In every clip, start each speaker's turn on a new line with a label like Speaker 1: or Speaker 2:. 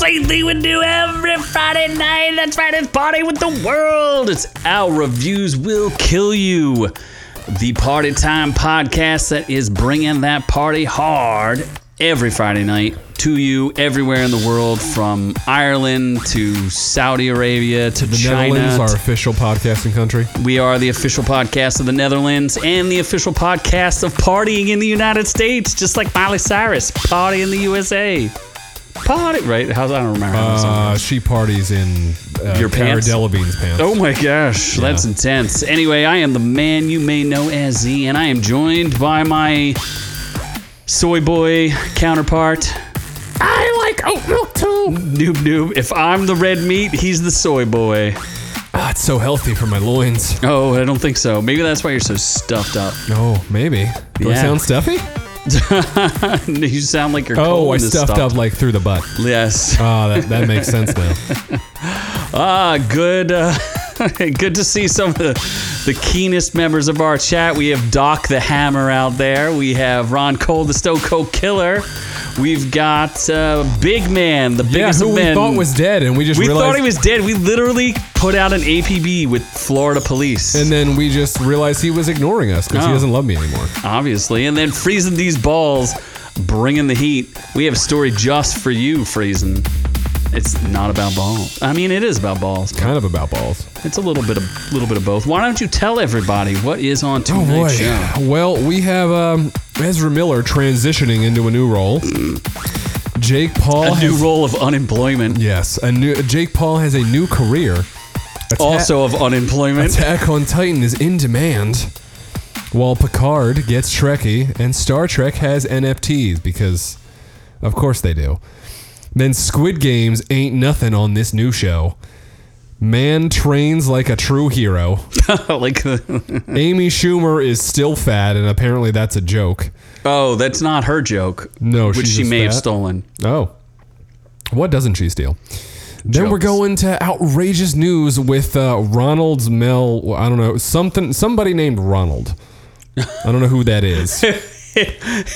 Speaker 1: like they would do every Friday night. That's right, it's Party with the World. It's Our Reviews Will Kill You, the Party Time podcast that is bringing that party hard every Friday night to you everywhere in the world from Ireland to Saudi Arabia to
Speaker 2: The
Speaker 1: China.
Speaker 2: Netherlands,
Speaker 1: to
Speaker 2: our official podcasting country.
Speaker 1: we are the official podcast of the Netherlands and the official podcast of partying in the United States, just like Miley Cyrus, party in the USA. Party, right? How's I don't remember. how the song
Speaker 2: Uh,
Speaker 1: goes.
Speaker 2: she parties in uh,
Speaker 1: Oh, Your pants?
Speaker 2: Cara Delevingne's pants.
Speaker 1: Oh my gosh, that's intense. Anyway, I am the man you may know as Z, and I am joined by my soy boy counterpart. I like oat milk too. Noob noob. If I'm the red meat, he's the soy boy.
Speaker 2: Ah, it's so healthy for my loins.
Speaker 1: Oh, I don't think so. Maybe that's why you're so stuffed up.
Speaker 2: Oh, maybe. Do I
Speaker 1: Yeah.
Speaker 2: sound stuffy?
Speaker 1: you sound like you're
Speaker 2: Oh,
Speaker 1: colon
Speaker 2: I
Speaker 1: is
Speaker 2: stuffed up like through the butt.
Speaker 1: Yes.
Speaker 2: Ah, that, that makes sense now.
Speaker 1: Ah, good. Uh, good to see some of the, the keenest members of our chat. We have Doc the Hammer out there. We have Ron Cole, the Stone Cold Killer. We've got uh, Big Man, the
Speaker 2: Yeah,
Speaker 1: biggest
Speaker 2: who
Speaker 1: of
Speaker 2: we
Speaker 1: men.
Speaker 2: thought was dead, and we just
Speaker 1: we
Speaker 2: realized.
Speaker 1: thought he was dead. We literally put out an APB with Florida police,
Speaker 2: and then we just realized he was ignoring us because he
Speaker 1: Oh.
Speaker 2: doesn't love me anymore.
Speaker 1: obviously, and then freezing these balls, bringing the heat. We have a story just for you, freezing. It's not about balls. I mean, it is about balls.
Speaker 2: Kind of about balls.
Speaker 1: It's a little bit of little bit of both. Why don't you tell everybody what is on
Speaker 2: Oh boy.
Speaker 1: tonight's show?
Speaker 2: Well, we have um, Ezra Miller transitioning into a new role. Jake Paul.
Speaker 1: A
Speaker 2: has-
Speaker 1: new role of unemployment,
Speaker 2: Yes, a new Jake Paul has a new career. Attack,
Speaker 1: also of unemployment.
Speaker 2: Attack on Titan is in demand, while Picard gets Trekkie and Star Trek has NFTs because, of course, they do. Then Squid Games ain't nothing on this new show. Man trains like a true hero.
Speaker 1: like,
Speaker 2: Amy Schumer is still fat, and apparently that's a joke.
Speaker 1: oh, that's not her joke.
Speaker 2: No,
Speaker 1: which
Speaker 2: she's
Speaker 1: she
Speaker 2: just
Speaker 1: may have
Speaker 2: fat.
Speaker 1: stolen.
Speaker 2: Oh. What doesn't she steal? Then we're
Speaker 1: Jokes.
Speaker 2: going to outrageous news with uh, Ronald's Mel. I don't know something. Somebody named Ronald. I don't know who that is.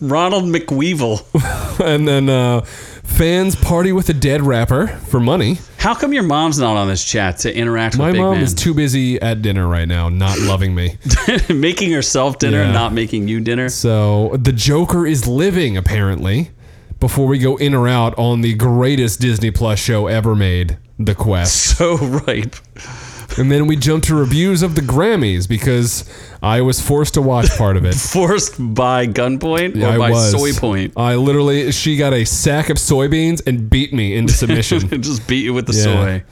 Speaker 1: Ronald McWeevil.
Speaker 2: and then uh, fans party with a dead rapper for money.
Speaker 1: How come your mom's not on this chat to interact
Speaker 2: My
Speaker 1: with Big
Speaker 2: mom
Speaker 1: Man?
Speaker 2: is too busy at dinner right now, not loving me.
Speaker 1: making herself dinner,
Speaker 2: Yeah.
Speaker 1: not making you dinner.
Speaker 2: so the Joker is living apparently. Before we go in or out on the greatest Disney Plus show ever made, The Quest.
Speaker 1: So ripe.
Speaker 2: And then we jump to reviews of the Grammys because I was forced to watch part of it.
Speaker 1: Forced by gunpoint or
Speaker 2: I
Speaker 1: by
Speaker 2: was.
Speaker 1: soy point.
Speaker 2: I literally, she got a sack of soybeans and beat me into submission.
Speaker 1: Just beat you with the
Speaker 2: Yeah.
Speaker 1: soy.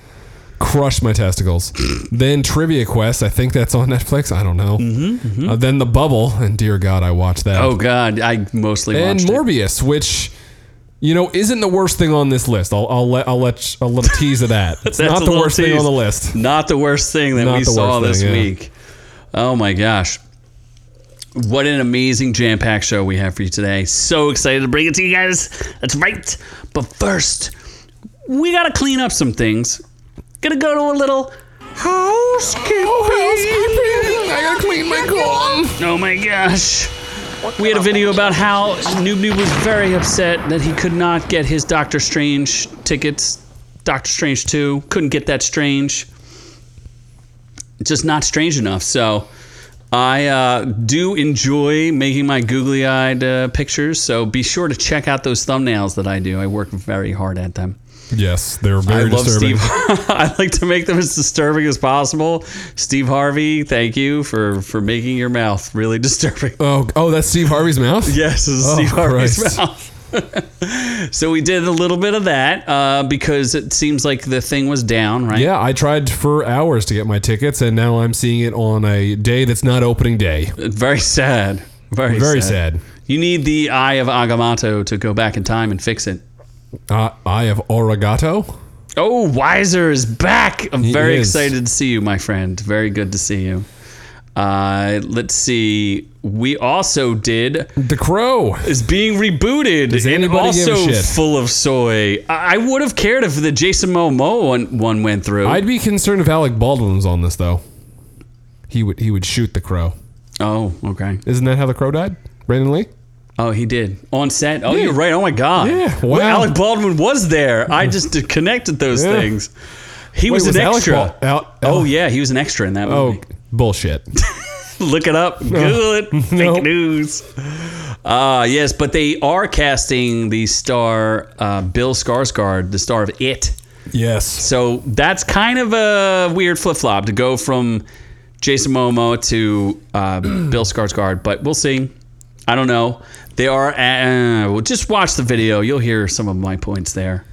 Speaker 2: Crushed my testicles. then Trivia Quest. I think that's on Netflix. I don't know. Mm-hmm, then The Bubble. And dear God, I watched that.
Speaker 1: Oh God, I mostly
Speaker 2: and
Speaker 1: watched it.
Speaker 2: Morbius, which. You know, isn't the worst thing on this list. I'll, I'll let I'll let a little tease of that. It's
Speaker 1: That's
Speaker 2: not
Speaker 1: a
Speaker 2: the
Speaker 1: little
Speaker 2: worst thing
Speaker 1: tease.
Speaker 2: on the list.
Speaker 1: Not the worst thing that
Speaker 2: Not
Speaker 1: we
Speaker 2: the
Speaker 1: saw
Speaker 2: worst
Speaker 1: this
Speaker 2: thing, yeah.
Speaker 1: week. Oh my gosh. What an amazing jam packed show we have for you today. So excited to bring it to you guys. That's right. But first, we got to clean up some things. Gonna go to a little housekeeping.
Speaker 2: Oh, I gotta clean my corn.
Speaker 1: Oh my gosh. We had a video about how Noob Noob was very upset that he could not get his Doctor Strange tickets. Doctor Strange 2. Couldn't get that strange. Just not strange enough. So I uh, do enjoy making my googly eyed uh, pictures. So be sure to check out those thumbnails that I do. I work very hard at them.
Speaker 2: Yes, they're
Speaker 1: I
Speaker 2: very
Speaker 1: love
Speaker 2: disturbing.
Speaker 1: Steve. I like to make them as disturbing as possible. Steve Harvey, thank you for for making your mouth really disturbing.
Speaker 2: Oh, oh, that's Steve Harvey's mouth.
Speaker 1: Yes, this is
Speaker 2: Oh,
Speaker 1: Steve Harvey's
Speaker 2: Christ.
Speaker 1: mouth. so we did a little bit of that uh, because it seems like the thing was down, right?
Speaker 2: Yeah, I tried for hours to get my tickets, and now I'm seeing it on a day that's not opening day.
Speaker 1: Very sad. Very,
Speaker 2: Very
Speaker 1: sad.
Speaker 2: sad.
Speaker 1: You need the Eye of Agamotto to go back in time and fix it.
Speaker 2: Uh, I have Origato.
Speaker 1: Oh, Wiser is back. I'm very
Speaker 2: is.
Speaker 1: excited to see you, my friend. Very good to see you. Uh, let's see. We also did
Speaker 2: The Crow.
Speaker 1: is being rebooted and
Speaker 2: anybody give a
Speaker 1: also
Speaker 2: shit?
Speaker 1: full of soy. I, I would have cared if the Jason Momoa one, one went through.
Speaker 2: I'd be concerned if Alec Baldwin was on this though. He would he would shoot the Crow.
Speaker 1: Oh, okay.
Speaker 2: Isn't that how the Crow died? Brandon Lee.
Speaker 1: Oh, he did on set. Oh,
Speaker 2: Yeah.
Speaker 1: you're right. Oh my God.
Speaker 2: Yeah,
Speaker 1: Well,
Speaker 2: wow.
Speaker 1: Alec Baldwin was there. I just connected those
Speaker 2: Yeah.
Speaker 1: things. He
Speaker 2: Wait,
Speaker 1: was,
Speaker 2: was
Speaker 1: an
Speaker 2: Alec
Speaker 1: extra.
Speaker 2: Bal- Al-
Speaker 1: oh
Speaker 2: Al-
Speaker 1: yeah, he was an extra in that
Speaker 2: Oh,
Speaker 1: movie.
Speaker 2: bullshit.
Speaker 1: Look it up. Google it. Fake
Speaker 2: Nope.
Speaker 1: news. Uh, yes, but they are casting the star uh, Bill Skarsgård, the star of It.
Speaker 2: yes.
Speaker 1: So that's kind of a weird flip flop to go from Jason Momoa to uh, Bill Skarsgård, but we'll see. I don't know. They are. Uh, well, just watch the video. You'll hear some of my points there.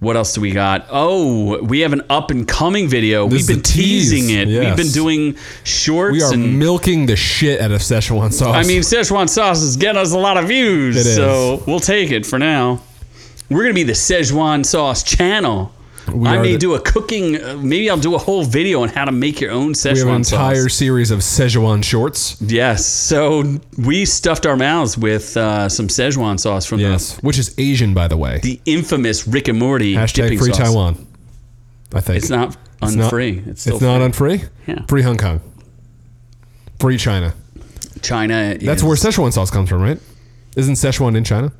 Speaker 1: What else do we got? Oh, we have an up and coming video.
Speaker 2: This is
Speaker 1: We've been
Speaker 2: the tease.
Speaker 1: teasing it.
Speaker 2: Yes.
Speaker 1: We've been doing shorts
Speaker 2: We are
Speaker 1: and
Speaker 2: milking the shit out of Szechuan sauce.
Speaker 1: I mean, Szechuan sauce is getting us a lot of views,
Speaker 2: It is.
Speaker 1: so we'll take it for now. We're gonna be the Szechuan sauce channel.
Speaker 2: We
Speaker 1: I
Speaker 2: are
Speaker 1: may
Speaker 2: the-
Speaker 1: do a cooking. uh, Maybe I'll do a whole video on how to make your own Szechuan
Speaker 2: we have an entire
Speaker 1: sauce.
Speaker 2: series of Szechuan shorts.
Speaker 1: Yes. So we stuffed our mouths with uh, some Szechuan sauce from the-
Speaker 2: Yes, which is Asian, by the way.
Speaker 1: the, infamous Rick and Morty
Speaker 2: Hashtag
Speaker 1: dipping
Speaker 2: free
Speaker 1: sauce.
Speaker 2: Taiwan. I think
Speaker 1: It's not
Speaker 2: It's not-
Speaker 1: unfree. It's, still
Speaker 2: it's not on free.
Speaker 1: Yeah.
Speaker 2: Free Hong Kong. Free China.
Speaker 1: China.
Speaker 2: That's
Speaker 1: is-
Speaker 2: where Szechuan sauce comes from, right? Isn't Szechuan in China?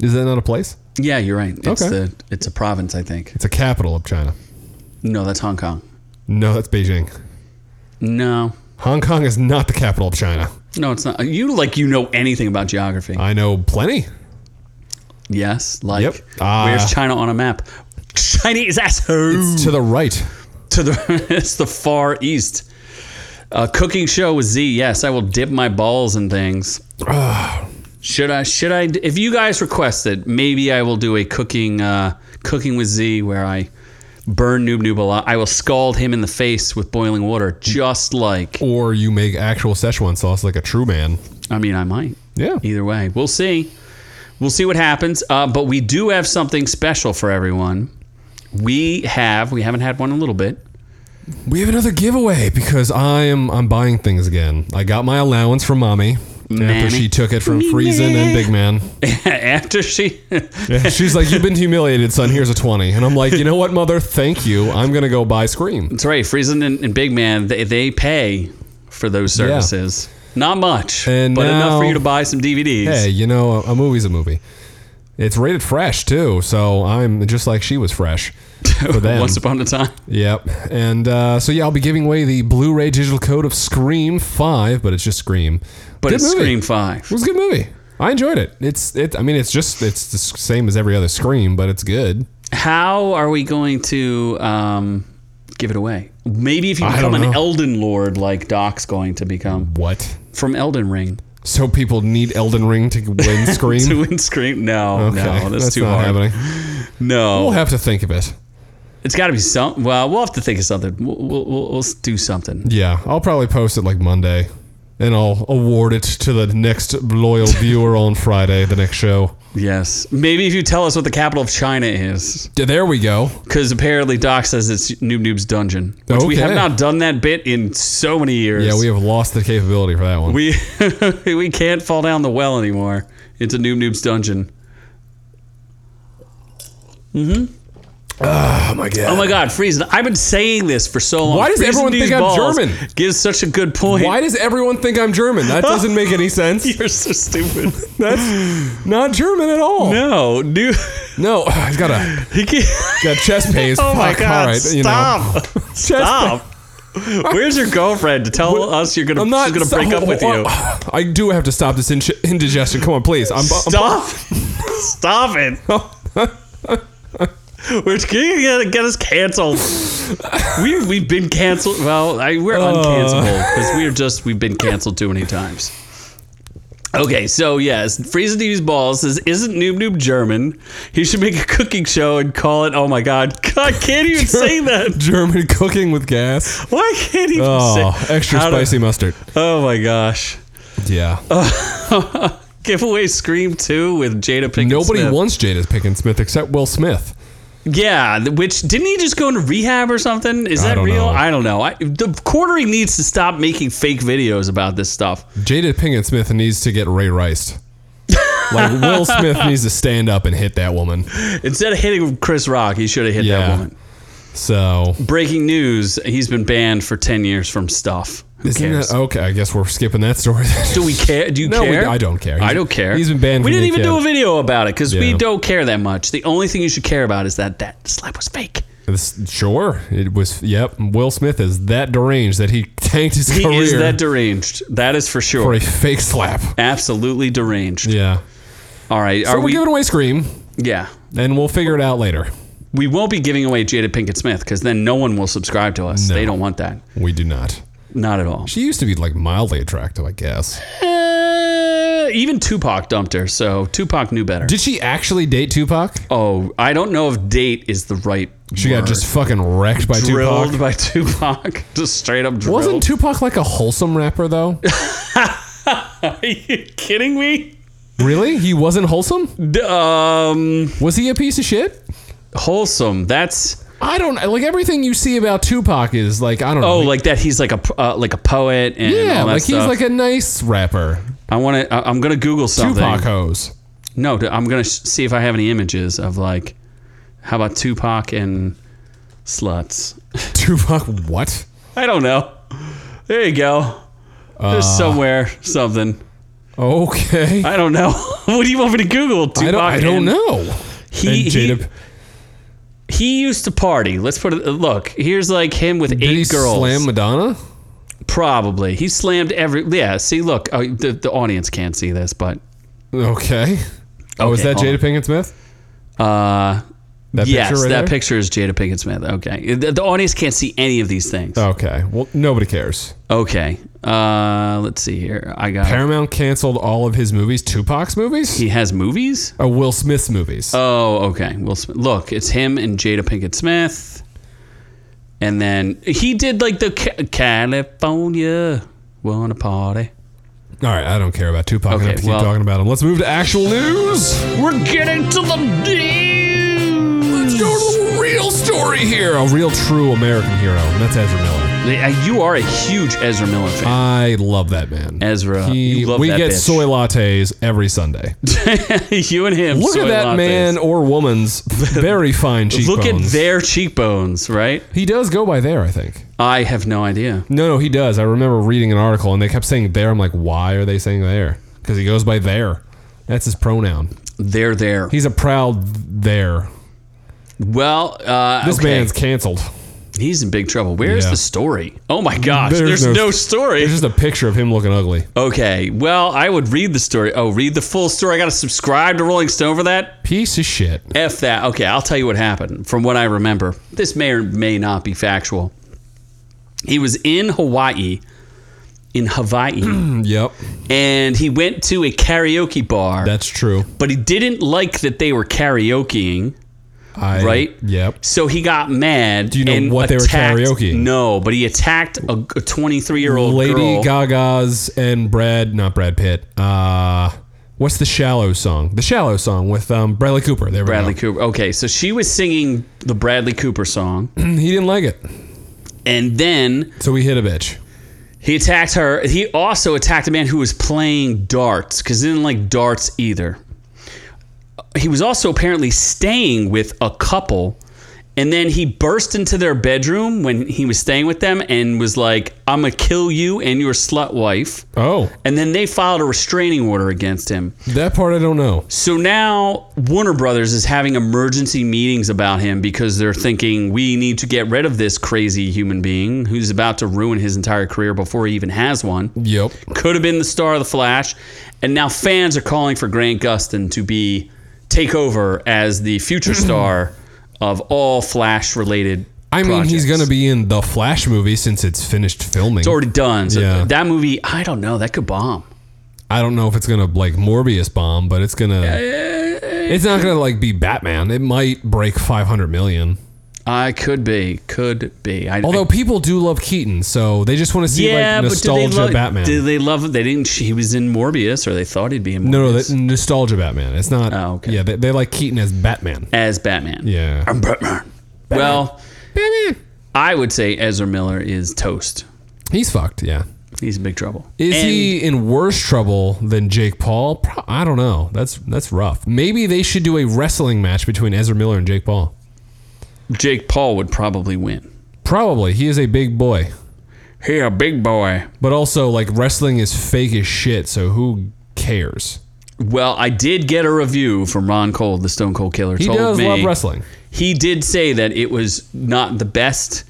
Speaker 2: Is that not a place?
Speaker 1: Yeah, you're right. It's
Speaker 2: Okay.
Speaker 1: the it's a province, I think.
Speaker 2: It's a capital of China.
Speaker 1: No, that's Hong Kong.
Speaker 2: No, that's Beijing.
Speaker 1: No,
Speaker 2: Hong Kong is not the capital of China.
Speaker 1: no, it's not. You like you know anything about geography?
Speaker 2: I know plenty.
Speaker 1: Yes, like
Speaker 2: Yep. Ah.
Speaker 1: where's China on a map? Chinese asshole.
Speaker 2: It's to the right.
Speaker 1: to the it's the far east. A cooking show with Z. Yes, I will dip my balls in things. should I? Should I? If you guys request it, maybe I will do a cooking uh, cooking with Z where I burn Noob Noob alive. I will scald him in the face with boiling water, just like.
Speaker 2: Or you make actual Szechuan sauce like a true man.
Speaker 1: I mean, I might.
Speaker 2: Yeah.
Speaker 1: Either way, we'll see. We'll see what happens. Uh, but we do have something special for everyone. We have. We haven't had one in a little bit.
Speaker 2: We have another giveaway because I am I'm buying things again. I got my allowance from mommy
Speaker 1: Mammy.
Speaker 2: after she took it from Friesen and Big Man.
Speaker 1: After she,
Speaker 2: Yeah, she's like, "You've been humiliated, son. Here's a 20." And I'm like, "You know what, mother? Thank you. I'm gonna go buy Scream."
Speaker 1: that's right. Friesen and, and Big Man, they, they pay for those services. Not much,
Speaker 2: And
Speaker 1: but enough for
Speaker 2: now-
Speaker 1: you to buy some DVDs.
Speaker 2: Hey, you know, a, a movie's a movie. It's rated fresh too, so I'm just like she was fresh for them.
Speaker 1: Once upon a time,
Speaker 2: Yep. And uh, so yeah, I'll be giving away the Blu-ray digital code of Scream Five, but it's just Scream.
Speaker 1: but
Speaker 2: Good
Speaker 1: it's
Speaker 2: movie.
Speaker 1: Scream
Speaker 2: It
Speaker 1: Five.
Speaker 2: was a good movie. I enjoyed it. It's it. I mean, it's just it's the s- same as every other Scream, but it's good.
Speaker 1: How are we going to um, give it away? Maybe if you
Speaker 2: I
Speaker 1: become
Speaker 2: don't
Speaker 1: an
Speaker 2: know.
Speaker 1: Elden Lord, like Doc's going to become
Speaker 2: What?
Speaker 1: from Elden Ring.
Speaker 2: So people need Elden Ring to win Scream?
Speaker 1: to win Scream? No, no, that's, too
Speaker 2: not
Speaker 1: hard.
Speaker 2: happening.
Speaker 1: No,
Speaker 2: We'll have to think of it.
Speaker 1: it's got to be some. Well, we'll have to think of something. We'll, we'll, we'll, we'll do something.
Speaker 2: Yeah, I'll probably post it like Monday, and I'll award it to the next loyal viewer on Friday, the next show.
Speaker 1: Yes, maybe if you tell us what the capital of China is,
Speaker 2: Yeah, there we go.
Speaker 1: because apparently Doc says it's Noob Noob's dungeon, which we have
Speaker 2: Okay.
Speaker 1: not done that bit in so many years.
Speaker 2: Yeah, we have lost the capability for that one.
Speaker 1: we we can't fall down the well anymore. It's a Noob Noob's dungeon.
Speaker 2: oh my god.
Speaker 1: Oh my God, Friesen! I've been saying this for so long.
Speaker 2: Why does
Speaker 1: Friesen
Speaker 2: everyone think
Speaker 1: these
Speaker 2: I'm
Speaker 1: balls
Speaker 2: German?
Speaker 1: Gives such a good point.
Speaker 2: Why does everyone think I'm German? That doesn't make any sense.
Speaker 1: you're so stupid?
Speaker 2: That's not German at all.
Speaker 1: no, dude.
Speaker 2: No, I've got a
Speaker 1: He can't.
Speaker 2: got chest pains.
Speaker 1: Oh my
Speaker 2: Fuck,
Speaker 1: God!
Speaker 2: all right, you know.
Speaker 1: stop! Stop! Where's your girlfriend to tell us you're gonna
Speaker 2: I'm not oh,
Speaker 1: she's gonna break up with you?
Speaker 2: I do have to stop this in- indigestion. Come on, please. oh, I'm,
Speaker 1: Stop! Stop it! We're gonna get us canceled. We we've been canceled. Well, I, we're
Speaker 2: Oh.
Speaker 1: uncancelable because we're just we've been canceled too many times. Okay, so yes, Frieza TV's balls says isn't Noob Noob German? He should make a cooking show and call it. Oh my God, I can't even say that.
Speaker 2: German cooking with gas.
Speaker 1: Why can't he?
Speaker 2: Oh,
Speaker 1: say,
Speaker 2: extra
Speaker 1: How do-
Speaker 2: spicy mustard.
Speaker 1: oh my gosh.
Speaker 2: Yeah.
Speaker 1: Giveaway Scream 2 with Jada Pinkett
Speaker 2: Nobody
Speaker 1: Smith.
Speaker 2: wants Jada Pickens Smith except Will Smith.
Speaker 1: Yeah, th- which didn't he just go into rehab or something? Is
Speaker 2: I
Speaker 1: that
Speaker 2: don't
Speaker 1: real?
Speaker 2: know.
Speaker 1: I don't know. I, the quartering needs to stop making fake videos about this stuff.
Speaker 2: Jada Pinkett Smith needs to get Ray Riced. like Will Smith needs to stand up and hit that woman.
Speaker 1: Instead of hitting Chris Rock, he should have hit that
Speaker 2: Yeah.
Speaker 1: woman.
Speaker 2: So
Speaker 1: Breaking news: He's been banned for ten years from stuff. Who
Speaker 2: Isn't
Speaker 1: cares?
Speaker 2: that okay? I guess we're skipping that story. Then.
Speaker 1: do we care? Do you
Speaker 2: No, we-
Speaker 1: care?
Speaker 2: I don't care.
Speaker 1: I
Speaker 2: He's-
Speaker 1: don't care.
Speaker 2: he's been banned
Speaker 1: We
Speaker 2: from
Speaker 1: didn't
Speaker 2: the
Speaker 1: even do a
Speaker 2: academy.
Speaker 1: video about it because we
Speaker 2: Yeah.
Speaker 1: don't care that much. The only thing you should care about is that that slap was fake.
Speaker 2: This- sure, it was. Yep, Will Smith is that deranged that he tanked his
Speaker 1: He
Speaker 2: career
Speaker 1: is that deranged. That is for sure.
Speaker 2: for a fake slap.
Speaker 1: Absolutely deranged.
Speaker 2: Yeah.
Speaker 1: All right.
Speaker 2: So
Speaker 1: Are
Speaker 2: we're
Speaker 1: we?
Speaker 2: giving away Scream,
Speaker 1: yeah.
Speaker 2: and we'll figure it out later.
Speaker 1: We won't be giving away Jada Pinkett Smith because then no one will subscribe to us.
Speaker 2: No.
Speaker 1: They don't want that.
Speaker 2: We do not.
Speaker 1: Not at all.
Speaker 2: She used to be like mildly attractive, I guess.
Speaker 1: Uh, even Tupac dumped her, so Tupac knew better.
Speaker 2: Did she actually date Tupac?
Speaker 1: oh, I don't know if date is the right.
Speaker 2: She
Speaker 1: word.
Speaker 2: got just fucking wrecked by
Speaker 1: drilled
Speaker 2: Tupac.
Speaker 1: by Tupac, just straight up drilled.
Speaker 2: Wasn't Tupac like a wholesome rapper though?
Speaker 1: Are you kidding me?
Speaker 2: really? He wasn't wholesome?
Speaker 1: D- um,
Speaker 2: Was he a piece of shit?
Speaker 1: wholesome. That's
Speaker 2: I don't like everything you see about Tupac is like I don't
Speaker 1: oh,
Speaker 2: know.
Speaker 1: like that. He's like a p- uh, like a poet and
Speaker 2: yeah,
Speaker 1: all that
Speaker 2: like
Speaker 1: stuff.
Speaker 2: he's like a nice rapper.
Speaker 1: I want to. I'm gonna Google something.
Speaker 2: Tupac hose.
Speaker 1: No, d- I'm gonna sh- see if I have any images of like, how about Tupac and sluts?
Speaker 2: Tupac what?
Speaker 1: I don't know. There you go. There's
Speaker 2: Uh,
Speaker 1: somewhere something.
Speaker 2: Okay. I,
Speaker 1: I don't know. what do you want me to Google? Tupac.
Speaker 2: don't I don't
Speaker 1: and-
Speaker 2: know.
Speaker 1: He,
Speaker 2: And
Speaker 1: he,
Speaker 2: Jada-
Speaker 1: he used to party. Let's put it. Look, here's like him with
Speaker 2: did
Speaker 1: eight
Speaker 2: he
Speaker 1: girls.
Speaker 2: slam Madonna?
Speaker 1: Probably. He slammed every. Yeah, see, look, uh, the, the audience can't see this, but.
Speaker 2: Okay. Oh, is
Speaker 1: Okay,
Speaker 2: that
Speaker 1: hold on.
Speaker 2: Jada Pinkett Smith?
Speaker 1: Uh,
Speaker 2: That
Speaker 1: yes,
Speaker 2: picture right
Speaker 1: that
Speaker 2: there?
Speaker 1: picture is Jada Pinkett Smith. Okay. The, the audience can't see any of these things.
Speaker 2: Okay. Well, nobody cares.
Speaker 1: Okay. Uh, let's see here. I got.
Speaker 2: Paramount canceled all of his movies, Tupac's movies,
Speaker 1: he has movies?
Speaker 2: or Will Smith's movies.
Speaker 1: Oh, okay. Will Smith. Look, it's him and Jada Pinkett Smith. And then he did like the Ca- California wanna party.
Speaker 2: All right, I don't care about Tupac. I
Speaker 1: Okay,
Speaker 2: have to keep
Speaker 1: well-
Speaker 2: talking about him. Let's move to actual news.
Speaker 1: We're getting to the news.
Speaker 2: Let's go to the real story here. A real, true American hero, and that's Ezra Miller.
Speaker 1: Yeah, uh, You are a huge Ezra Miller fan.
Speaker 2: I love that man.
Speaker 1: Ezra,
Speaker 2: Uh, He-
Speaker 1: you love
Speaker 2: we
Speaker 1: that
Speaker 2: get
Speaker 1: bitch.
Speaker 2: soy lattes every Sunday.
Speaker 1: you and him.
Speaker 2: Look
Speaker 1: soy
Speaker 2: at that
Speaker 1: lattes.
Speaker 2: man or woman's very fine cheekbones.
Speaker 1: Look at their cheekbones, right?
Speaker 2: He does go by there, I think.
Speaker 1: I have no idea.
Speaker 2: No, no, he does. I remember reading an article, and they kept saying there. I'm like, why are they saying there? Because he goes by there. That's his pronoun.
Speaker 1: They're there.
Speaker 2: He's a proud there.
Speaker 1: Well, uh,
Speaker 2: This
Speaker 1: okay.
Speaker 2: man's canceled.
Speaker 1: he's in big trouble. Where's
Speaker 2: Yeah.
Speaker 1: the story? Oh my gosh,
Speaker 2: There's
Speaker 1: there's,
Speaker 2: no-
Speaker 1: no, story.
Speaker 2: It's just a picture of him looking ugly.
Speaker 1: okay, well, I would read the story. Oh, read the full story. I got to subscribe to Rolling Stone for that.
Speaker 2: Piece of shit.
Speaker 1: F that. Okay, I'll tell you what happened from what I remember. This may or may not be factual. He was in Hawaii, in Hawaii,
Speaker 2: Yep,
Speaker 1: and he went to a karaoke bar.
Speaker 2: that's true.
Speaker 1: but he didn't like that they were karaokeing,
Speaker 2: I,
Speaker 1: Right?
Speaker 2: Yep.
Speaker 1: so he got mad. Do
Speaker 2: you know what they were karaokeing?
Speaker 1: No, but he attacked a 23 year old
Speaker 2: Lady
Speaker 1: girl.
Speaker 2: Gaga's and Brad, not Brad Pitt. Uh, what's the Shallow song? The Shallow song with um, Bradley Cooper. There we
Speaker 1: Bradley
Speaker 2: go.
Speaker 1: Cooper. Okay, so she was singing the Bradley Cooper song,
Speaker 2: He didn't like it,
Speaker 1: and then
Speaker 2: so he hit a bitch.
Speaker 1: he attacked her. He also attacked a man who was playing darts because he didn't like darts either. He was also apparently staying with a couple. And then he burst into their bedroom when he was staying with them and was like, I'm going to kill you and your slut wife.
Speaker 2: Oh,
Speaker 1: and then they filed a restraining order against him.
Speaker 2: that part I don't know.
Speaker 1: So now Warner Brothers is having emergency meetings about him because they're thinking we need to get rid of this crazy human being who's about to ruin his entire career before he even has one.
Speaker 2: Yep.
Speaker 1: Could have been the star of the Flash, and now fans are calling for Grant Gustin to be take over as the future star of all Flash related.
Speaker 2: I mean, he's
Speaker 1: projects.
Speaker 2: going to be in the Flash movie since it's finished filming.
Speaker 1: It's already done. So
Speaker 2: Yeah.
Speaker 1: that movie, I don't know, that could bomb.
Speaker 2: I don't know if it's gonna like Morbius bomb, but it's gonna. It's not gonna like be Batman. It might break 500 million.
Speaker 1: I could be, could be. I,
Speaker 2: Although people do love Keaton, so they just want to see like nostalgia
Speaker 1: but do they love,
Speaker 2: Batman.
Speaker 1: Do they love? They didn't. He was in Morbius, or they thought he'd be in Morbius
Speaker 2: no, no, that nostalgia Batman. It's not.
Speaker 1: Oh, okay.
Speaker 2: Yeah, they, they like Keaton as Batman.
Speaker 1: as Batman.
Speaker 2: Yeah. Eh,
Speaker 1: I'm Batman. Well,
Speaker 2: Batman.
Speaker 1: I would say Ezra Miller is toast.
Speaker 2: He's fucked. Yeah.
Speaker 1: He's in big trouble.
Speaker 2: Is
Speaker 1: And
Speaker 2: he in worse trouble than Jake Paul? Pro- I don't know. That's that's rough. Maybe they should do a wrestling match between Ezra Miller and Jake Paul.
Speaker 1: Jake Paul would probably win.
Speaker 2: Probably. He is a big boy.
Speaker 1: He a big boy.
Speaker 2: But also, like, wrestling is fake as shit, so who cares?
Speaker 1: Well, I did get a review from Ron Cole, the Stone Cold Killer.
Speaker 2: He
Speaker 1: told
Speaker 2: does
Speaker 1: me-
Speaker 2: love wrestling.
Speaker 1: He did say that it was not the best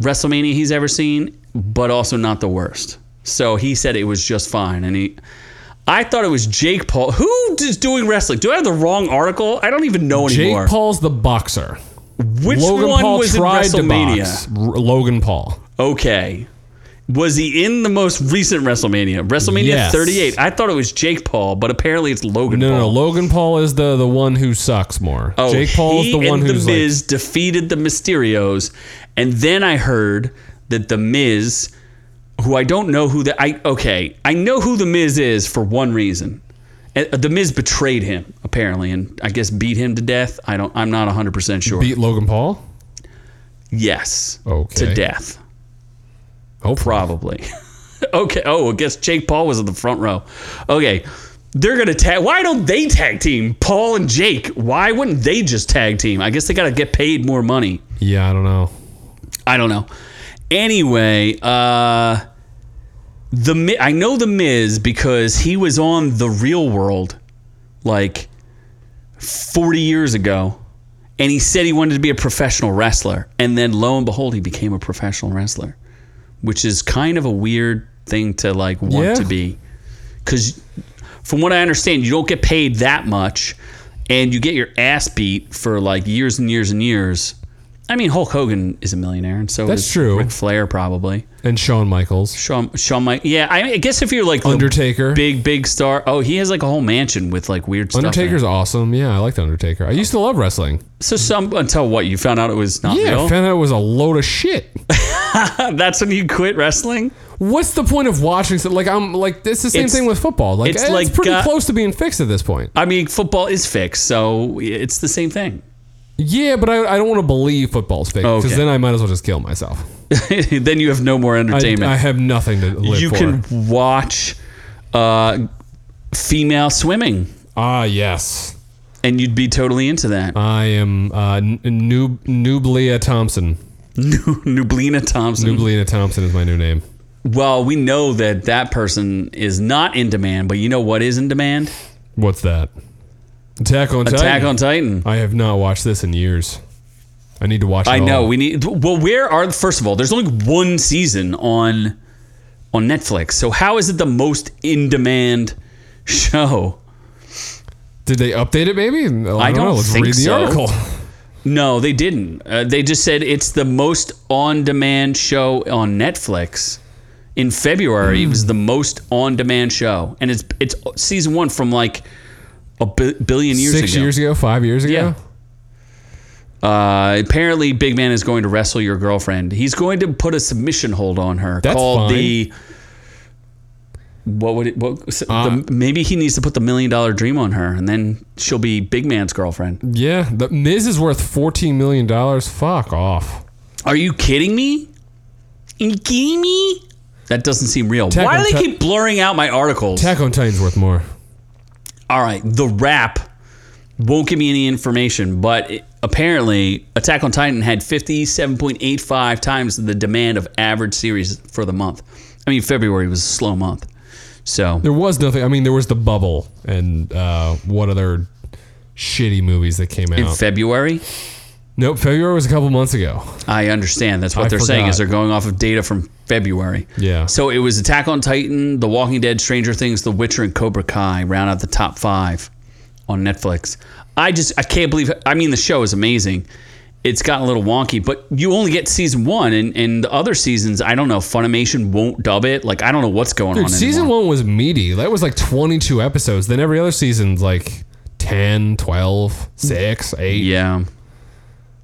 Speaker 1: WrestleMania he's ever seen, but also not the worst. So he said it was just fine, and he. I thought it was Jake Paul. Who is doing wrestling? Do I have the wrong article? I don't even know
Speaker 2: Jake
Speaker 1: anymore.
Speaker 2: Paul's the boxer.
Speaker 1: Which
Speaker 2: Logan
Speaker 1: one
Speaker 2: Paul
Speaker 1: was
Speaker 2: tried
Speaker 1: in
Speaker 2: to
Speaker 1: WrestleMania?
Speaker 2: box. R- Logan Paul.
Speaker 1: Okay. Was he in the most recent WrestleMania? WrestleMania
Speaker 2: Yes.
Speaker 1: 38. I thought it was Jake Paul, but apparently it's Logan
Speaker 2: No, no, no.
Speaker 1: Paul.
Speaker 2: Logan Paul is the the one who sucks more.
Speaker 1: Oh,
Speaker 2: Jake Paul's
Speaker 1: he
Speaker 2: the one
Speaker 1: and
Speaker 2: who's
Speaker 1: the
Speaker 2: like
Speaker 1: Miz defeated the Mysterios, and then I heard that the Miz, who I don't know who the I okay, I know who the Miz is for one reason. And, uh, The Miz betrayed him apparently, and I guess beat him to death. I don't. I'm not 100 percent sure.
Speaker 2: beat Logan Paul.
Speaker 1: yes,
Speaker 2: Okay.
Speaker 1: to death.
Speaker 2: Oh,
Speaker 1: Probably. okay. Oh, I guess Jake Paul was in the front row. Okay. They're gonna tag. Why don't they tag team Paul and Jake? Why wouldn't they just tag team? I guess they gotta get paid more money.
Speaker 2: Yeah, I don't know.
Speaker 1: I don't know. Anyway, uh, the Mi- I know the Miz because he was on the Real World like 40 years ago, and he said he wanted to be a professional wrestler, and then lo and behold, he became a professional wrestler, which is kind of a weird thing to like want
Speaker 2: Yeah.
Speaker 1: to be, because from what I understand, you don't get paid that much, and you get your ass beat for like years and years and years. I mean, Hulk Hogan is a millionaire, and so
Speaker 2: That's
Speaker 1: is
Speaker 2: true.
Speaker 1: Ric Flair probably.
Speaker 2: And Shawn Michaels,
Speaker 1: Shawn, Shawn, Mike, yeah. I, mean, I guess if you're like the
Speaker 2: Undertaker.
Speaker 1: big, big star. Oh, he has like a whole mansion with like weird stuff. in it.
Speaker 2: Undertaker's awesome. Yeah, I liked Undertaker. I used to love wrestling.
Speaker 1: So some until what you found out it was not
Speaker 2: Yeah,
Speaker 1: real.
Speaker 2: I found out it was a load of shit.
Speaker 1: That's when you quit wrestling.
Speaker 2: What's the point of watching? So, like I'm like it's the same
Speaker 1: It's-
Speaker 2: thing with football. Like eh,
Speaker 1: it's
Speaker 2: it's,
Speaker 1: like
Speaker 2: pretty
Speaker 1: got-
Speaker 2: close to being fixed at this point.
Speaker 1: I mean, football is fixed, so it's the same thing.
Speaker 2: Yeah, but I, I don't want to believe football's fake because
Speaker 1: Okay.
Speaker 2: then I might as well just kill myself.
Speaker 1: then you have no more
Speaker 2: I,
Speaker 1: entertainment.
Speaker 2: I have nothing to live
Speaker 1: you
Speaker 2: for.
Speaker 1: can watch uh, female swimming,
Speaker 2: ah yes,
Speaker 1: and you'd be totally into that.
Speaker 2: I am uh, N- Noob Nooblia Thompson.
Speaker 1: Nublina Thompson.
Speaker 2: Nooblia Thompson is my new name.
Speaker 1: well, we know that that person is not in demand, but you know what is in demand?
Speaker 2: What's that? Attack on Titan.
Speaker 1: Attack on Titan.
Speaker 2: I have not watched this in years. I need to watch. It
Speaker 1: I know
Speaker 2: all.
Speaker 1: we need. Well, where are first of all? There's only one season on on Netflix. So how is it the most in demand show?
Speaker 2: Did they update it? Maybe I don't,
Speaker 1: I don't
Speaker 2: know. Let's
Speaker 1: think
Speaker 2: read the
Speaker 1: so.
Speaker 2: article.
Speaker 1: No, they didn't. Uh, they just said it's the most on demand show on Netflix. In February, it
Speaker 2: Mm.
Speaker 1: was the most on demand show, and it's it's season one from like a b- billion years
Speaker 2: Six
Speaker 1: ago.
Speaker 2: years ago, five years ago.
Speaker 1: Yeah. Uh, apparently, Big Man is going to wrestle your girlfriend. He's going to put a submission hold on her
Speaker 2: That's
Speaker 1: called
Speaker 2: fine.
Speaker 1: the. What would it? What, s-
Speaker 2: Uh,
Speaker 1: the, maybe he needs to put the million dollar dream on her, and then she'll be Big Man's girlfriend.
Speaker 2: Yeah, the Miz is worth fourteen million dollars. Fuck off.
Speaker 1: Are you kidding me? Are you kidding me? That doesn't seem real.
Speaker 2: Tech
Speaker 1: Why
Speaker 2: on
Speaker 1: do they
Speaker 2: tech-
Speaker 1: keep blurring out my articles?
Speaker 2: Attack on Titan's worth more.
Speaker 1: All right, the rap won't give me any information, but it- apparently, Attack on Titan had 57.85 times the demand of average series for the month. I mean, February was a slow month. So,
Speaker 2: There was nothing. I mean, there was the bubble and uh, what other shitty movies that came out.
Speaker 1: in February,
Speaker 2: nope, February was a couple months ago.
Speaker 1: I understand. That's what
Speaker 2: I
Speaker 1: they're saying is
Speaker 2: forgot.
Speaker 1: they're going off of data from February.
Speaker 2: Yeah.
Speaker 1: So it was Attack on Titan, The Walking Dead, Stranger Things, The Witcher, and Cobra Kai round out the top five on Netflix. I just I can't believe. I mean, the show is amazing. It's gotten a little wonky, but you only get season one, and, and the other seasons, I don't know. Funimation won't dub it. Like I don't know what's going on.
Speaker 2: Dude, season
Speaker 1: anymore.
Speaker 2: one was meaty. That was like 22 episodes. Then every other season's like 10, 12, 6, 8.
Speaker 1: Yeah.